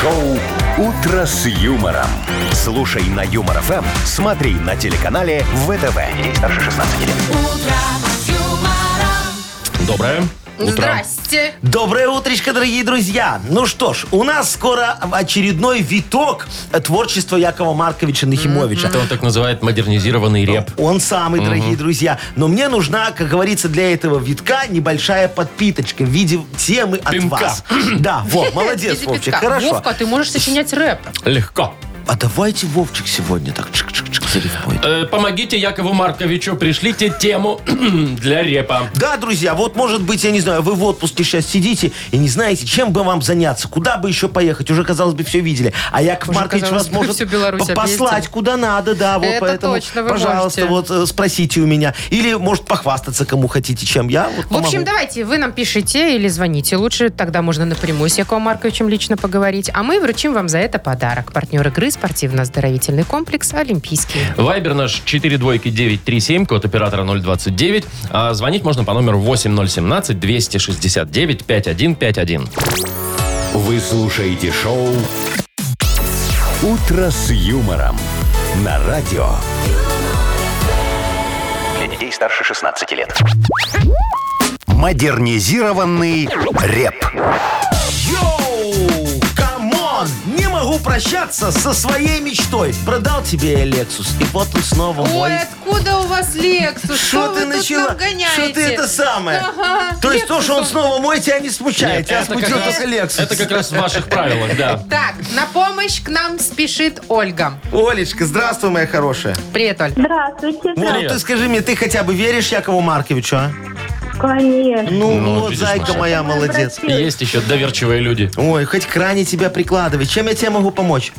S1: Шоу «Утро с юмором». Слушай на Юмор ФМ, смотри на телеканале ВТВ. Здесь старше 16 лет.
S2: Доброе.
S4: Утром.
S3: Здрасте.
S4: Доброе утречко, дорогие друзья. Ну что ж, у нас скоро очередной виток творчества Якова Марковича Нахимовича.
S2: Это он так называет модернизированный реп.
S4: Он самый, дорогие друзья. Но мне нужна, как говорится, для этого витка небольшая подпиточка в виде темы от
S2: Пинка.
S4: вас. Да, вот, молодец,
S3: Без
S4: Вовчик,
S3: пинка.
S4: хорошо.
S3: Вовка, ты можешь сочинять рэп.
S2: Легко.
S4: А давайте Вовчик сегодня так чик-чик-чик зарифмует.
S2: Э, Помогите Якову Марковичу, пришлите тему для репа.
S4: Да, друзья, вот может быть, я не знаю, вы в отпуске сейчас сидите и не знаете, чем бы вам заняться, куда бы еще поехать. Уже, казалось бы, все видели. А Яков
S3: Уже,
S4: Маркович
S3: казалось
S4: вас
S3: бы,
S4: может
S3: всю Беларусь
S4: по- послать
S3: объездил.
S4: куда надо, да, вот
S3: Это
S4: поэтому,
S3: точно, вы
S4: пожалуйста,
S3: можете.
S4: вот э, спросите у меня. Или, может, похвастаться кому хотите, чем я. вот
S3: В общем,
S4: помогу.
S3: давайте, вы нам пишите или звоните. Лучше тогда можно напрямую с Яковом Марковичем лично поговорить. А мы вручим вам за это подарок. Партнер игры спортивно-оздоровительный комплекс «Олимпийский».
S2: Вайбер наш 42937, код оператора 029. А звонить можно по номеру 8017 269 5151.
S1: Вы слушаете шоу «Утро с юмором» на радио.
S5: Для детей старше 16 лет.
S1: Модернизированный реп.
S4: Йоу, камон! Не могу прощаться со своей мечтой. Продал тебе я Lexus, и вот он снова мой.
S3: Ой, откуда у вас Лексус?
S4: Что ты начала? Что ты это самое?
S3: Ага,
S4: То есть то, что он снова мой, тебя не смущает. Тебя
S2: это, как
S4: смутил
S2: раз,
S4: только Lexus.
S2: это как раз в ваших правилах, да.
S3: Так, на помощь к нам спешит Ольга.
S4: Олечка, здравствуй, моя хорошая.
S3: Привет, Оль.
S9: Здравствуйте.
S4: Вот, ну
S2: Привет.
S4: ты скажи мне, ты хотя бы веришь Якову Марковичу, а?
S9: Конечно.
S4: Ну,
S2: Ну,
S4: вот,
S2: видишь,
S4: зайка
S2: Маша.
S4: моя, молодец.
S2: Есть еще доверчивые люди.
S4: Ой, хоть к ране тебя прикладывай. Чем я тебе могу помочь?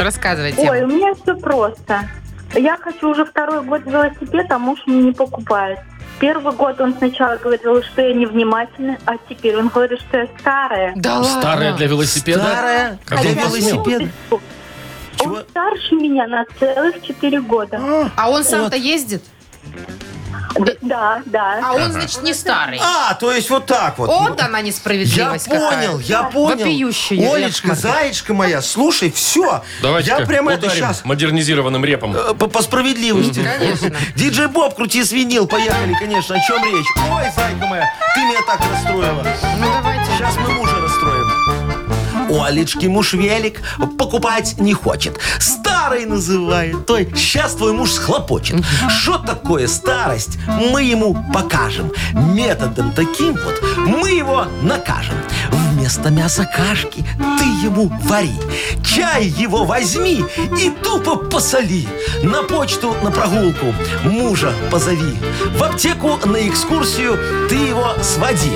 S3: Рассказывайте.
S9: Ой, у меня все просто. Я хочу уже второй год велосипед, а муж мне не покупает. Первый год он сначала говорил, что я невнимательна, а теперь он говорит, что я старая.
S3: Да ладно.
S2: Старая для велосипеда.
S4: Старая
S2: Как
S4: для
S2: он посмел?
S4: велосипеда.
S9: Он старше меня на целых четыре года.
S3: А он сам-то ездит?
S9: Д- Да, да.
S3: А он, значит, не старый.
S4: А, то есть вот так вот. Ну,
S3: Вот она
S4: Я
S3: несправедливость какая.
S4: понял, я понял.
S3: Вопиющая, Яков
S4: Олечка,
S3: Маркович.
S4: заечка моя, слушай, все.
S2: Давайте-ка
S4: я прямо это Э,
S2: ударим
S4: сейчас.
S2: модернизированным репом.
S4: По, по справедливости.
S3: Конечно.
S4: Диджей Боб, крути свинил, поехали, конечно. О чем речь? Ой, зайка моя, ты меня так расстроила.
S3: Ну, давайте.
S4: Сейчас мы мужа расстроим. У Олечки муж велик покупать не хочет. Старый называет. Той, сейчас твой муж схлопочет. Что такое старость? Мы ему покажем. Методом таким вот мы его накажем. Вместо мяса кашки ты ему вари. Чай его возьми и тупо посоли. На почту на прогулку мужа позови. В аптеку на экскурсию ты его своди.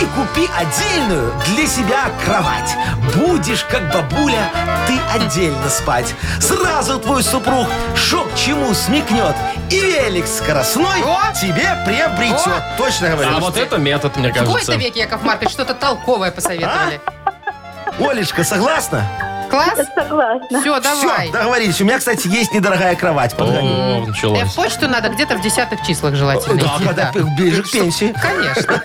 S4: И купи отдельную для себя кровать. Будешь, как бабуля, ты отдельно спать. Сразу твой супруг шок чему смекнет. И велик скоростной тебе приобретет. Точно говорю.
S2: А вот это метод, мне
S3: В какой-то
S2: кажется.
S3: век, Яков Маркович, что-то толковое посоветовали.
S4: Олечка, согласна?
S3: Класс?
S9: Согласна.
S3: Все, давай.
S4: Все, договорились. У меня, кстати, есть недорогая кровать. Подгоню.
S2: О,
S3: Э,
S2: началось.
S3: почту надо где-то в десятых числах желательно.
S4: Да,
S3: идти,
S4: когда
S3: да.
S4: пи- а ближе к пенсии.
S3: Конечно.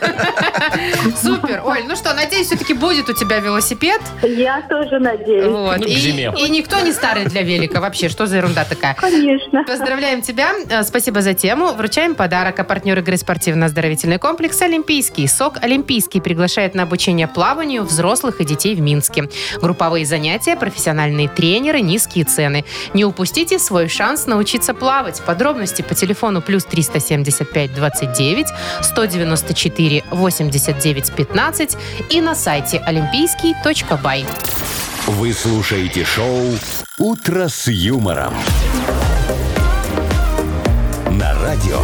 S3: Супер. Оль, ну что, надеюсь, все-таки будет у тебя велосипед.
S9: Я тоже надеюсь.
S3: Вот.
S2: Ну, к
S3: и,
S2: зиме.
S3: и никто не старый для велика вообще. Что за ерунда такая?
S9: Конечно.
S3: Поздравляем тебя. Э, Спасибо за тему. Вручаем подарок. А партнер игры спортивно-оздоровительный комплекс «Олимпийский». СОК «Олимпийский» приглашает на обучение плаванию взрослых и детей в Минске. Групповые занятия, профессиональные тренеры, низкие цены. Не упустите свой шанс научиться плавать. Подробности по телефону плюс 375 29 194 89 15 и на сайте олимпийский.бай.
S1: Вы слушаете шоу «Утро с юмором». На радио.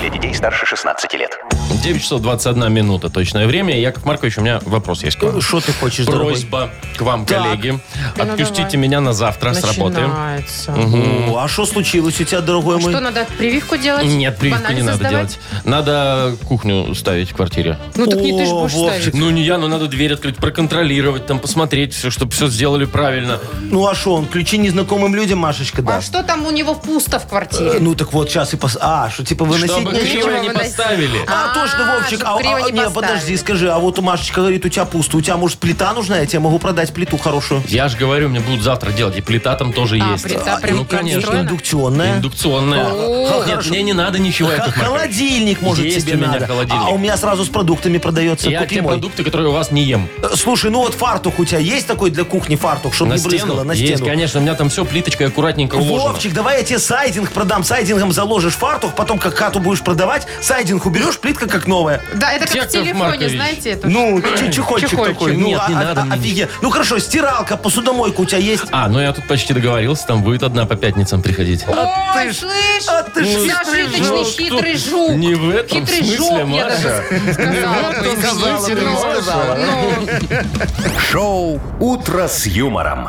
S5: Для детей старше 16 лет.
S2: 9 часов 21 минута точное время. Яков Маркович, у меня вопрос есть к вам.
S4: Что ты хочешь, дорогой?
S2: Просьба к вам,
S4: Так.
S2: коллеги.
S3: Ну,
S2: Отпустите
S3: давай.
S2: меня на завтра с работы.
S3: Начинается.
S4: О, а что случилось у тебя, дорогой мой?
S3: Что, надо прививку делать?
S2: Нет, прививку не
S3: Бананы
S2: надо
S3: создавать?
S2: делать. Надо кухню ставить в квартире.
S3: Ну так не ты же
S4: О,
S3: будешь
S4: Вовчик.
S3: ставить.
S2: Ну не я, но надо дверь открыть, проконтролировать, там посмотреть, все, чтобы все сделали правильно.
S4: Ну а что, он ключи незнакомым людям, Машечка,
S3: А
S4: даст?
S3: что там у него пусто в
S4: Э,
S3: квартире?
S4: Ну так вот, сейчас и пос... А, что типа выносить
S2: Чтобы
S4: нечего?
S2: криво
S3: нечего
S2: не
S3: выносить.
S2: поставили.
S4: А, тоже Конечно, Вовчик.
S3: чтоб
S4: А,
S3: криво
S4: а,
S3: не
S4: не,
S3: поставили.
S4: подожди, скажи, а вот Машечка говорит, у тебя пусто. У тебя, может, плита нужна? Я тебе могу продать плиту хорошую.
S2: Я же говорю, мне будут завтра делать, и плита там тоже
S3: А,
S2: есть.
S3: плита прям
S2: ну, конечно.
S3: устроена?
S4: Индукционная.
S2: Индукционная.
S3: О,
S2: Нет, мне не надо ничего,
S4: Х-
S2: Яков Маркович.
S4: Холодильник, может,
S2: Есть
S4: тебе
S2: у меня
S4: надо.
S2: холодильник.
S4: А у меня сразу с продуктами продается.
S2: Я
S4: Купи
S2: те
S4: мой.
S2: продукты, которые у вас не ем.
S4: Э, Слушай, ну вот фартук у тебя есть такой для кухни фартук, чтобы
S2: На
S4: не брызгало
S2: стену?
S4: на
S2: Есть,
S4: стену?
S2: конечно, у меня там все плиточкой аккуратненько уложено.
S4: Вовчик, давай я тебе сайдинг продам. Сайдингом заложишь фартук, потом как хату будешь продавать, сайдинг уберешь, плитка как новая.
S3: Да, это как
S2: Яков
S3: в телефоне,
S2: Маркович.
S3: знаете. это
S4: Ну, ч- чехольчик,
S3: Чехольчик.
S4: такой.
S2: Нет,
S4: ну,
S2: не надо мне
S4: офигеть. Ну хорошо, стиралка, посудомойка у тебя есть?
S2: А, ну я тут почти договорился, там будет одна по пятницам приходить.
S3: Ой,
S4: ж-
S3: слышь,
S4: а ты ж
S3: Наш
S4: хитрый
S3: рыночный
S2: жук.
S3: хитрый жук.
S4: Ну.
S2: Не в этом
S3: хитрый
S2: смысле,
S3: жук, я
S2: Маша.
S3: даже сказала. бы.
S7: Сказала, ты не сказала.
S1: Шоу «Утро с юмором».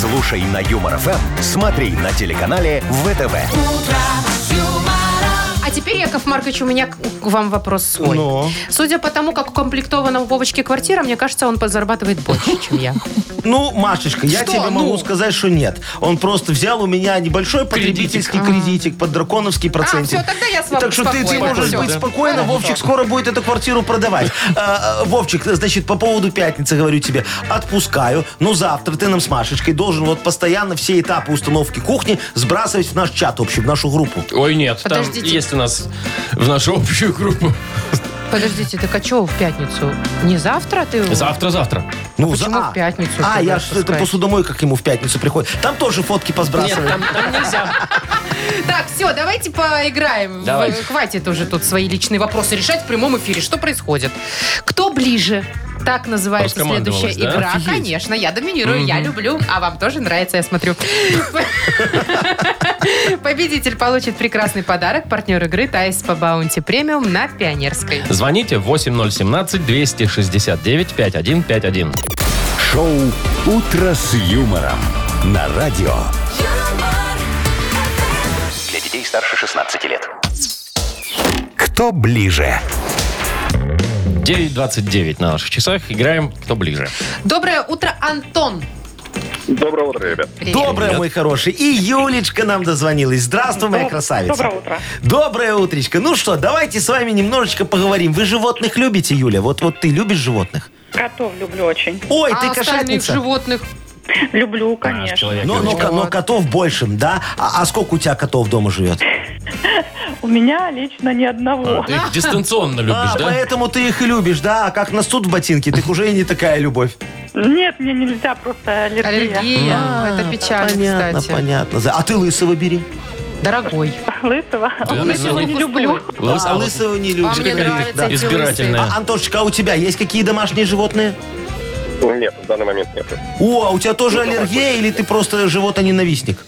S1: Слушай на Юмор ФМ, смотри на телеканале ВТВ.
S3: А теперь, Яков Маркович, у меня к к вам вопрос свой.
S4: Ну.
S3: Судя по тому, как укомплектована у Вовочки квартира, мне кажется, он зарабатывает больше, чем я.
S4: Ну, Машечка, я
S3: Что?
S4: тебе могу
S3: Ну?
S4: сказать, что нет. Он просто взял у меня небольшой потребительский кредитик под драконовский процентик.
S3: А. всё, тогда я с вами
S4: Так что ты, ты
S3: спокойна,
S4: можешь
S3: всё.
S4: быть спокойно. Вовчик скоро будет эту квартиру продавать. А, а, Вовчик, значит, по поводу пятницы говорю тебе. Отпускаю, но завтра ты нам с Машечкой должен вот постоянно все этапы установки кухни сбрасывать в наш чат общий, в нашу группу.
S2: Ой, нет, там
S3: Подождите.
S2: есть у нас в нашу общую группу.
S3: Подождите, так а что в пятницу? Не завтра ты?
S2: Завтра-завтра.
S4: Ну,
S3: почему в пятницу
S4: А,
S3: тогда
S4: я ж это
S3: отпускать?
S4: посудомой, как ему в пятницу приходит. Там тоже фотки
S2: Нет,
S4: посбрасывай.
S2: там, там нельзя.
S3: Так, все, давайте поиграем.
S2: Давай.
S3: В- Хватит уже тут свои личные вопросы решать в прямом эфире. Что происходит? Кто ближе? Так называется
S2: Раскомандовалась,
S3: следующая
S2: да?
S3: игра.
S2: Офигеть.
S3: Конечно, я доминирую, я люблю, а вам тоже нравится, я смотрю. Победитель получит прекрасный подарок. Партнер игры Тайс по Баунти Премиум на Пионерской.
S2: Звоните 8017-269-5151.
S1: Шоу «Утро с юмором» на радио.
S5: Для детей старше 16 лет.
S1: Кто ближе?
S2: 9.29 на наших часах. Играем кто ближе.
S3: Доброе утро, Антон.
S6: Доброе утро, ребят.
S3: Привет.
S4: Доброе, мой хороший. И Юлечка нам дозвонилась. Здравствуй, моя красавица.
S8: Доброе утро.
S4: Доброе утречко. Ну что, давайте с вами немножечко поговорим. Вы животных любите, Юля? Вот, вот ты любишь животных?
S8: Котов люблю очень.
S4: Ой,
S3: А
S4: ты
S3: остальных
S4: кошатница.
S3: животных?
S8: Люблю,
S2: Наш
S8: конечно.
S2: человек.
S4: Но, но,
S2: Юлечка.
S4: но котов больше, да? А, а сколько у тебя котов дома живет?
S8: У меня лично ни одного.
S2: А, ты их дистанционно любишь,
S4: а,
S2: да?
S4: поэтому ты их и любишь, да? А как нас тут в ботинке, так уже и не такая любовь.
S8: Нет, мне нельзя, просто аллергия.
S3: Аллергия. Это печально,
S4: А, понятно,
S3: кстати.
S4: понятно. За- А ты лысого бери.
S3: Дорогой.
S8: Лысого.
S2: Да,
S8: Лысого
S2: ну,
S8: не люблю.
S2: Лыс-
S4: а лысого не любишь.
S3: мне
S2: Какая-то
S3: нравятся эти
S2: избирательная.
S4: А, Антошечка, а у тебя есть какие домашние животные?
S6: Нет, в данный момент нет.
S4: О, а у тебя тоже аллергия или ты просто животоненавистник?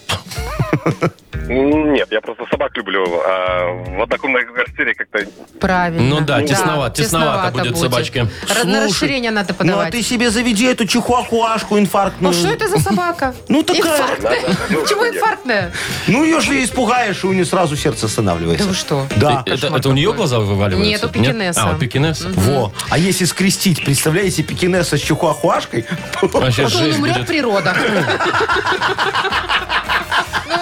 S6: Нет, я просто собак люблю, а в однокомнатной квартире как-то...
S3: Правильно.
S2: Ну да, тесновато- тесновато будет собачке.
S3: Ра- На
S4: Слушай,
S3: расширение надо
S4: Ну, а
S3: подавать.
S4: ты себе заведи эту чихуахуашку
S3: Ну
S4: инфарктную.
S3: что это за собака?
S4: Ну, такая.
S3: Инфарктная. Почему инфарктная?
S4: Ну, ее же испугаешь, и у нее сразу сердце
S3: Да
S4: останавливается.
S3: вы что?
S4: Да.
S2: Ты- это, это у нее глаза вываливаются?
S3: Нет, у пекинеса.
S2: А, у пекинеса?
S4: Во. А если скрестить, представляете, пекинеса с чихуахуашкой?
S2: Вообще
S3: Что он
S2: жесть
S3: умрет
S2: будет.
S3: при родах. Ну,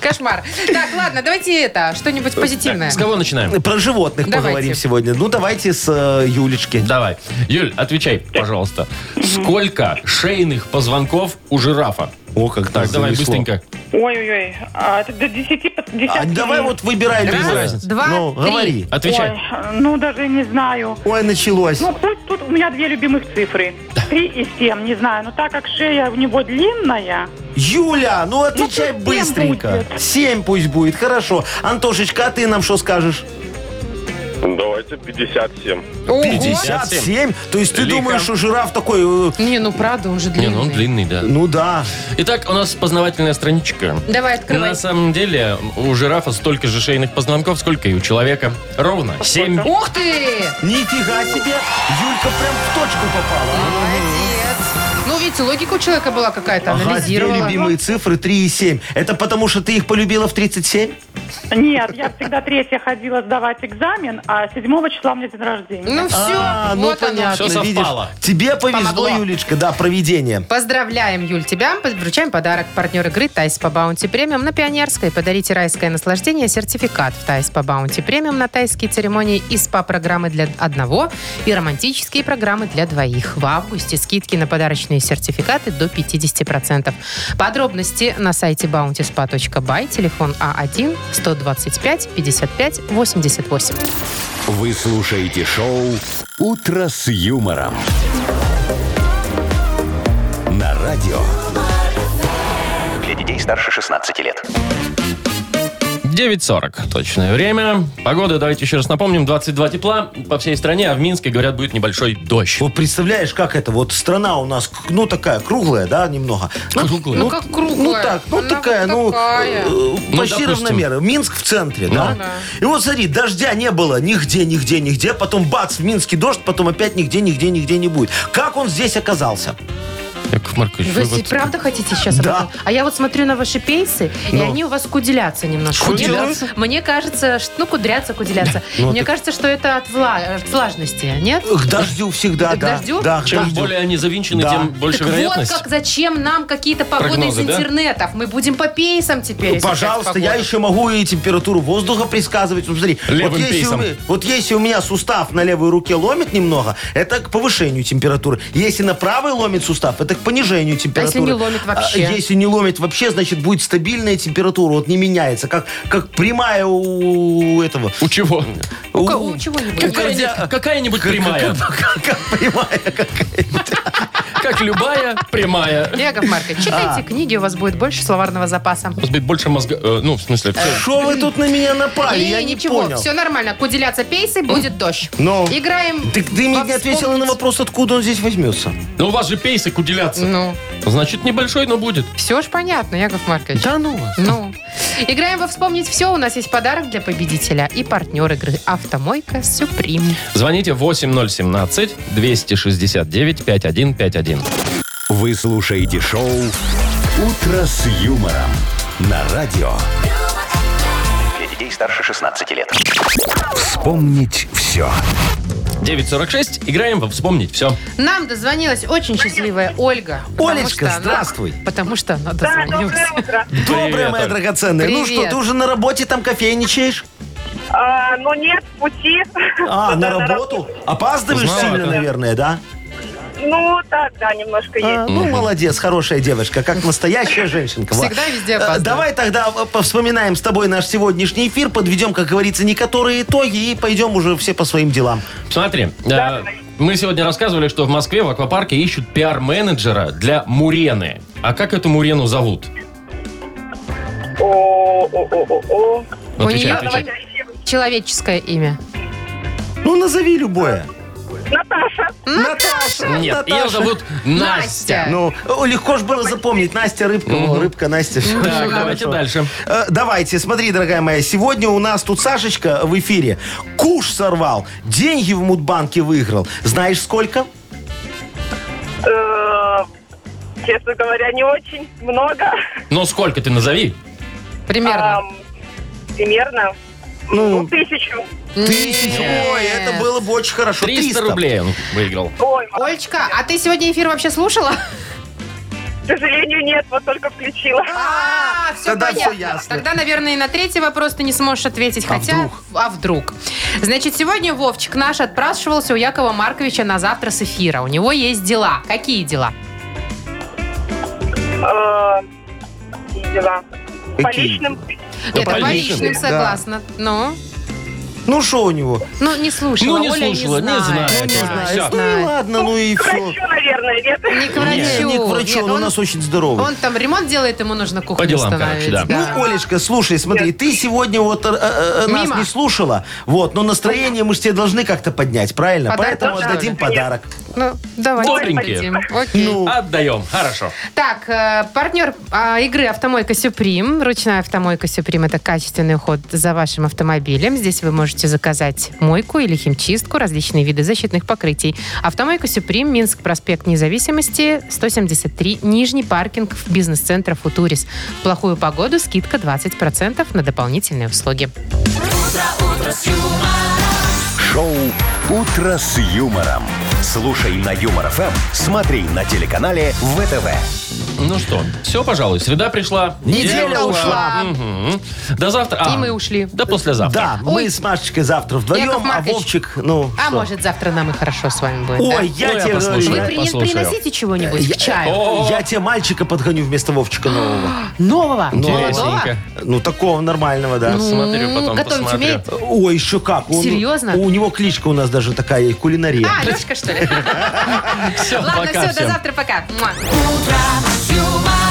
S3: Кошмар. Так, ладно, давайте это, что-нибудь позитивное.
S2: С кого начинаем?
S4: Про животных
S3: Давайте.
S4: поговорим сегодня. Ну, давайте с э, Юлечки.
S2: Давай. Юль, отвечай, пожалуйста. Сколько шейных позвонков у жирафа?
S4: О, как
S2: Так,
S4: нас
S2: давай
S4: занесло.
S2: быстренько.
S8: Ой-ой-ой. А, это до 10 под- десятки.
S4: А давай
S8: нет.
S4: вот выбирай любой.
S2: разницы.
S3: Два,
S4: Ну,
S3: три.
S4: говори.
S2: Отвечай.
S8: Ой, ну даже не знаю.
S4: Ой, началось.
S8: Ну, пусть тут у меня две любимых цифры. Три и семь, не знаю. Но так как шея у него длинная,
S4: Юля, ну отвечай
S8: Ну, пусть семь
S4: быстренько. Семь пусть будет, хорошо. Антошечка, а ты нам что скажешь?
S6: Давайте 57.
S3: Ого.
S4: 57? То есть ты
S2: Лихо.
S4: думаешь, что жираф такой... э,
S3: Не, ну правда, он же
S2: Не, ну он
S3: длинный.
S2: длинный, да.
S4: Ну да.
S2: Итак, у нас познавательная страничка.
S3: Давай, открывай.
S2: На самом деле, у жирафа столько же шейных позвонков, сколько и у человека. Ровно 7.
S3: Ух ты!
S4: Нифига себе! Юлька прям в точку попала.
S3: Молодец. Ну, видите, логика у человека была какая-то,
S4: Ага, две
S3: анализировала.
S4: любимые цифры 3 и 7. Это потому, что ты их полюбила в 37?
S8: Нет, я всегда третья ходила сдавать экзамен, а седьмого числа у меня день рождения.
S3: Ну все,
S4: а, ну
S3: вот она.
S4: понятно,
S2: Всё
S4: видишь.
S2: совпало.
S4: Тебе повезло,
S3: Помогло.
S4: Юлечка, да, проведение.
S3: Поздравляем, Юль, тебя. Вручаем подарок. Партнер игры «Тайс по баунти премиум» на Пионерской. Подарите райское наслаждение, сертификат в «Тайс по баунти премиум» на тайские церемонии и СПА-программы для одного и романтические программы для двоих. В августе скидки на подарочные сертификаты до 50%. Подробности на сайте bountyspa.by, телефон А А1-125-55-88.
S1: Вы слушаете шоу «Утро с юмором». На радио.
S5: Для детей старше 16 лет.
S2: 9.40 точное время. Погода, давайте еще раз напомним, 22 тепла по всей стране, а в Минске, говорят, будет небольшой дождь.
S4: Вот представляешь, как это? Вот страна у нас, к- ну, такая круглая, да, немного. Ну,
S2: Круглая.
S3: Ну, как круглая.
S4: Ну, так, ну,
S3: Она
S4: такая,
S3: вот
S4: ну,
S3: такая.
S4: э,
S2: Ну,
S4: почти
S2: допустим.
S4: равномерно. Минск в центре, да?
S3: Ну, да.
S4: И вот смотри, дождя не было нигде, нигде, нигде. Потом бац, в Минске дождь, потом опять нигде, нигде, нигде не будет. Как он здесь оказался?
S2: Яков Маркович,
S3: Вы
S2: вы вот-
S3: правда хотите сейчас об
S4: Да.
S3: этом? А я вот смотрю на ваши пейсы, и
S4: Ну.
S3: они у вас куделятся немножко.
S2: Куделятся?
S3: Мне кажется, что... Ну, кудрятся, куделятся.
S4: Ну,
S3: Мне кажется, что это от, вла- от влажности, нет?
S4: К дождю всегда,
S3: К
S4: да.
S3: дождю?
S4: Да, к
S2: Чем
S4: дождю.
S2: более они завинчены,
S4: Да.
S2: тем больше
S3: так
S2: вероятность.
S3: вот как, зачем нам какие-то погоды
S2: Прогнозы,
S3: из
S2: да?
S3: интернетов? Мы будем по пейсам теперь.
S4: Ну,
S3: изучать
S4: Пожалуйста, я
S3: погоду.
S4: еще могу и температуру воздуха предсказывать. Ну, смотри,
S2: Левым
S4: вот если, у
S2: пейсом.
S4: меня, вот если у меня сустав на левой руке ломит немного, это к повышению температуры. Если на правой ломит сустав, это к понижению температуры.
S3: А не ломит вообще?
S4: А, если не ломит вообще, значит будет стабильная температура, вот не меняется, как, как прямая у этого.
S2: У чего?
S3: У кого- у чего-нибудь.
S2: Какая-нибудь- Какая-нибудь прямая.
S4: Как прямая, как-
S2: Как любая прямая.
S3: Яков
S4: А.
S3: Маркович, читайте книги, у вас будет больше словарного запаса.
S2: У вас будет больше мозга... э, ну, в смысле... всё.
S4: Что вы тут на меня напали?
S3: И
S4: Я не
S3: ничего,
S4: понял.
S3: все нормально. Куделятся пейсы, будет дождь.
S4: Ну.
S3: Играем.
S4: Ты, ты мне
S3: во
S4: не ответила на
S3: вспомнить.
S4: вопрос, откуда он здесь возьмется.
S2: Ну, у вас же пейсы куделятся.
S3: Ну,
S2: Значит, небольшой, но будет.
S3: все ж понятно, Яков Маркович.
S4: Да ну вас.
S3: Ну, играем во «Вспомнить все». У нас есть подарок для победителя и партнер игры «Автомойка Сюприм».
S2: Звоните 8017-269-5151.
S1: Вы слушаете шоу «Утро с юмором». На радио.
S5: Для детей старше 16 лет.
S1: Вспомнить все.
S2: 946. Играем во «Вспомнить все».
S3: Нам дозвонилась очень счастливая Ольга. потому что
S4: Олечка,
S3: она-
S4: здравствуй.
S3: Потому что она дозвонилась.
S9: утро.
S4: Доброе,
S2: Привет,
S4: моя
S2: Оль.
S4: драгоценная. Ну
S3: Привет.
S4: что, ты уже на работе там кофейничаешь?
S9: ну нет, пути.
S4: А, на работу? Опаздываешь
S2: Поздновато.
S4: сильно, наверное, да?
S9: Ну, так, да, немножко
S4: А, ну, молодец, хорошая девочка, как настоящая женщинка. Ва.
S3: Всегда везде
S4: Э,
S3: опаздывает.
S4: Давай тогда э, повспоминаем с тобой наш сегодняшний эфир, подведем, как говорится, некоторые итоги и пойдем уже все по своим делам.
S2: Смотри, э, мы сегодня рассказывали, что в Москве в аквапарке ищут пиар-менеджера для Мурены. А как эту Мурену зовут?
S9: О-о-о-о.
S2: Ну,
S3: У
S2: отвечай,
S3: нее-
S2: отвечай.
S3: Человеческое имя.
S4: Ну, назови любое.
S9: Наташа.
S4: Наташа!
S2: Нет, ее
S4: Наташа.
S2: зовут Настя.
S3: Настя.
S4: Ну, э, легко же было запомнить. Настя, рыбка, о, рыбка, Настя. Всё, всё
S2: Так, давайте
S4: хорошо.
S2: дальше.
S4: Э, Давайте, смотри, дорогая моя, сегодня у нас тут Сашечка в эфире куш сорвал, деньги в Мудбанке выиграл. Знаешь, сколько?
S9: Э, Честно говоря, не очень много.
S2: Но сколько ты назови?
S3: Примерно.
S9: Ам, Примерно. Ну, тысячу.
S4: Тысячу. Ой, это было бы очень хорошо.
S2: 300 рублей он выиграл.
S9: Ой,
S3: Олечка, а ты сегодня эфир вообще слушала?
S9: к сожалению, нет, вот только включила.
S3: А, все
S4: тогда
S3: понятно.
S4: всё ясно.
S3: Тогда, наверное, и на третий вопрос ты не сможешь ответить, хотя...
S4: вдруг?
S3: А вдруг? Значит, сегодня Вовчик наш отпрашивался у Якова Марковича на завтра с эфира. У него есть дела. Какие дела?
S9: Э, и дела. По
S4: Какие?
S9: личным.
S3: Это по
S2: поличным.
S3: личным, согласна. Ну,
S4: Ну, что у него?
S3: ну, не слушала.
S2: Ну, не
S3: Оля
S2: слушала, не знает. Ну, не
S3: Да,
S2: знает.
S3: не
S2: Всё.
S4: Ну, и ладно, ну и все.
S9: Врачу, наверное, нет.
S3: Не к врачу.
S4: Не к врачу,
S3: Нет,
S4: он, у нас очень здоровый.
S3: он там ремонт делает, ему нужно кухню
S2: По делам,
S3: установить,
S2: короче, да.
S4: Ну, Олечка, слушай, смотри, ты сегодня вот э, э, э, нас
S3: Мимо.
S4: не слушала, вот, но настроение мы же тебе должны как-то поднять, правильно?
S3: Подарок
S4: Поэтому
S3: дашь,
S4: отдадим
S9: что ли?
S4: подарок.
S3: Ну, давайте
S2: Бодренькие.
S3: отдадим. Окей.
S2: Ну, Отдаем. Хорошо.
S3: Так, э, партнер э, игры «Автомойка Сюприм». Ручная «Автомойка Сюприм» — это качественный уход за вашим автомобилем. Здесь вы можете заказать мойку или химчистку, различные виды защитных покрытий. «Автомойка Сюприм», Минск, проспект Независимости, 173, Нижний паркинг в бизнес-центр «Футурис». В плохую погоду скидка 20% на дополнительные услуги.
S1: Шоу «Утро с юмором». Слушай на Юмор ФМ, смотри на телеканале ВТВ.
S2: Ну что, все, пожалуй. Среда пришла.
S4: Неделя ушла.
S2: Мгм. До завтра.
S3: И мы ушли.
S2: До послезавтра.
S4: Да, мы с Машечкой завтра
S3: Яков
S4: вдвоем, а
S3: Маркович.
S4: Вовчик, ну
S3: А
S4: что?
S3: может, завтра нам и хорошо с вами будет, да?
S4: Ой, я
S2: Ой, а
S4: тебе
S2: я
S4: говорю,
S2: послушаю.
S3: Вы при-
S2: послушаю.
S3: приносите чего-нибудь
S4: Я-
S3: к чаю? А!
S2: О,
S4: я тебе мальчика подгоню вместо Вовчика нового.
S3: Нового?
S2: интересненько.
S4: Ну, такого нормального, да.
S2: Посмотрю,
S3: Ну,
S2: потом
S3: готовить
S2: посмотрю.
S3: умеет?
S4: Ой, еще как. Он-
S3: Серьезно?
S4: У него кличка у нас даже такая, есть, кулинария.
S3: А, Лешка, что ли?
S2: Все,
S3: Ладно,
S2: пока
S3: все, до
S2: всем.
S3: завтра, пока. Муа.
S10: Утро с юмором.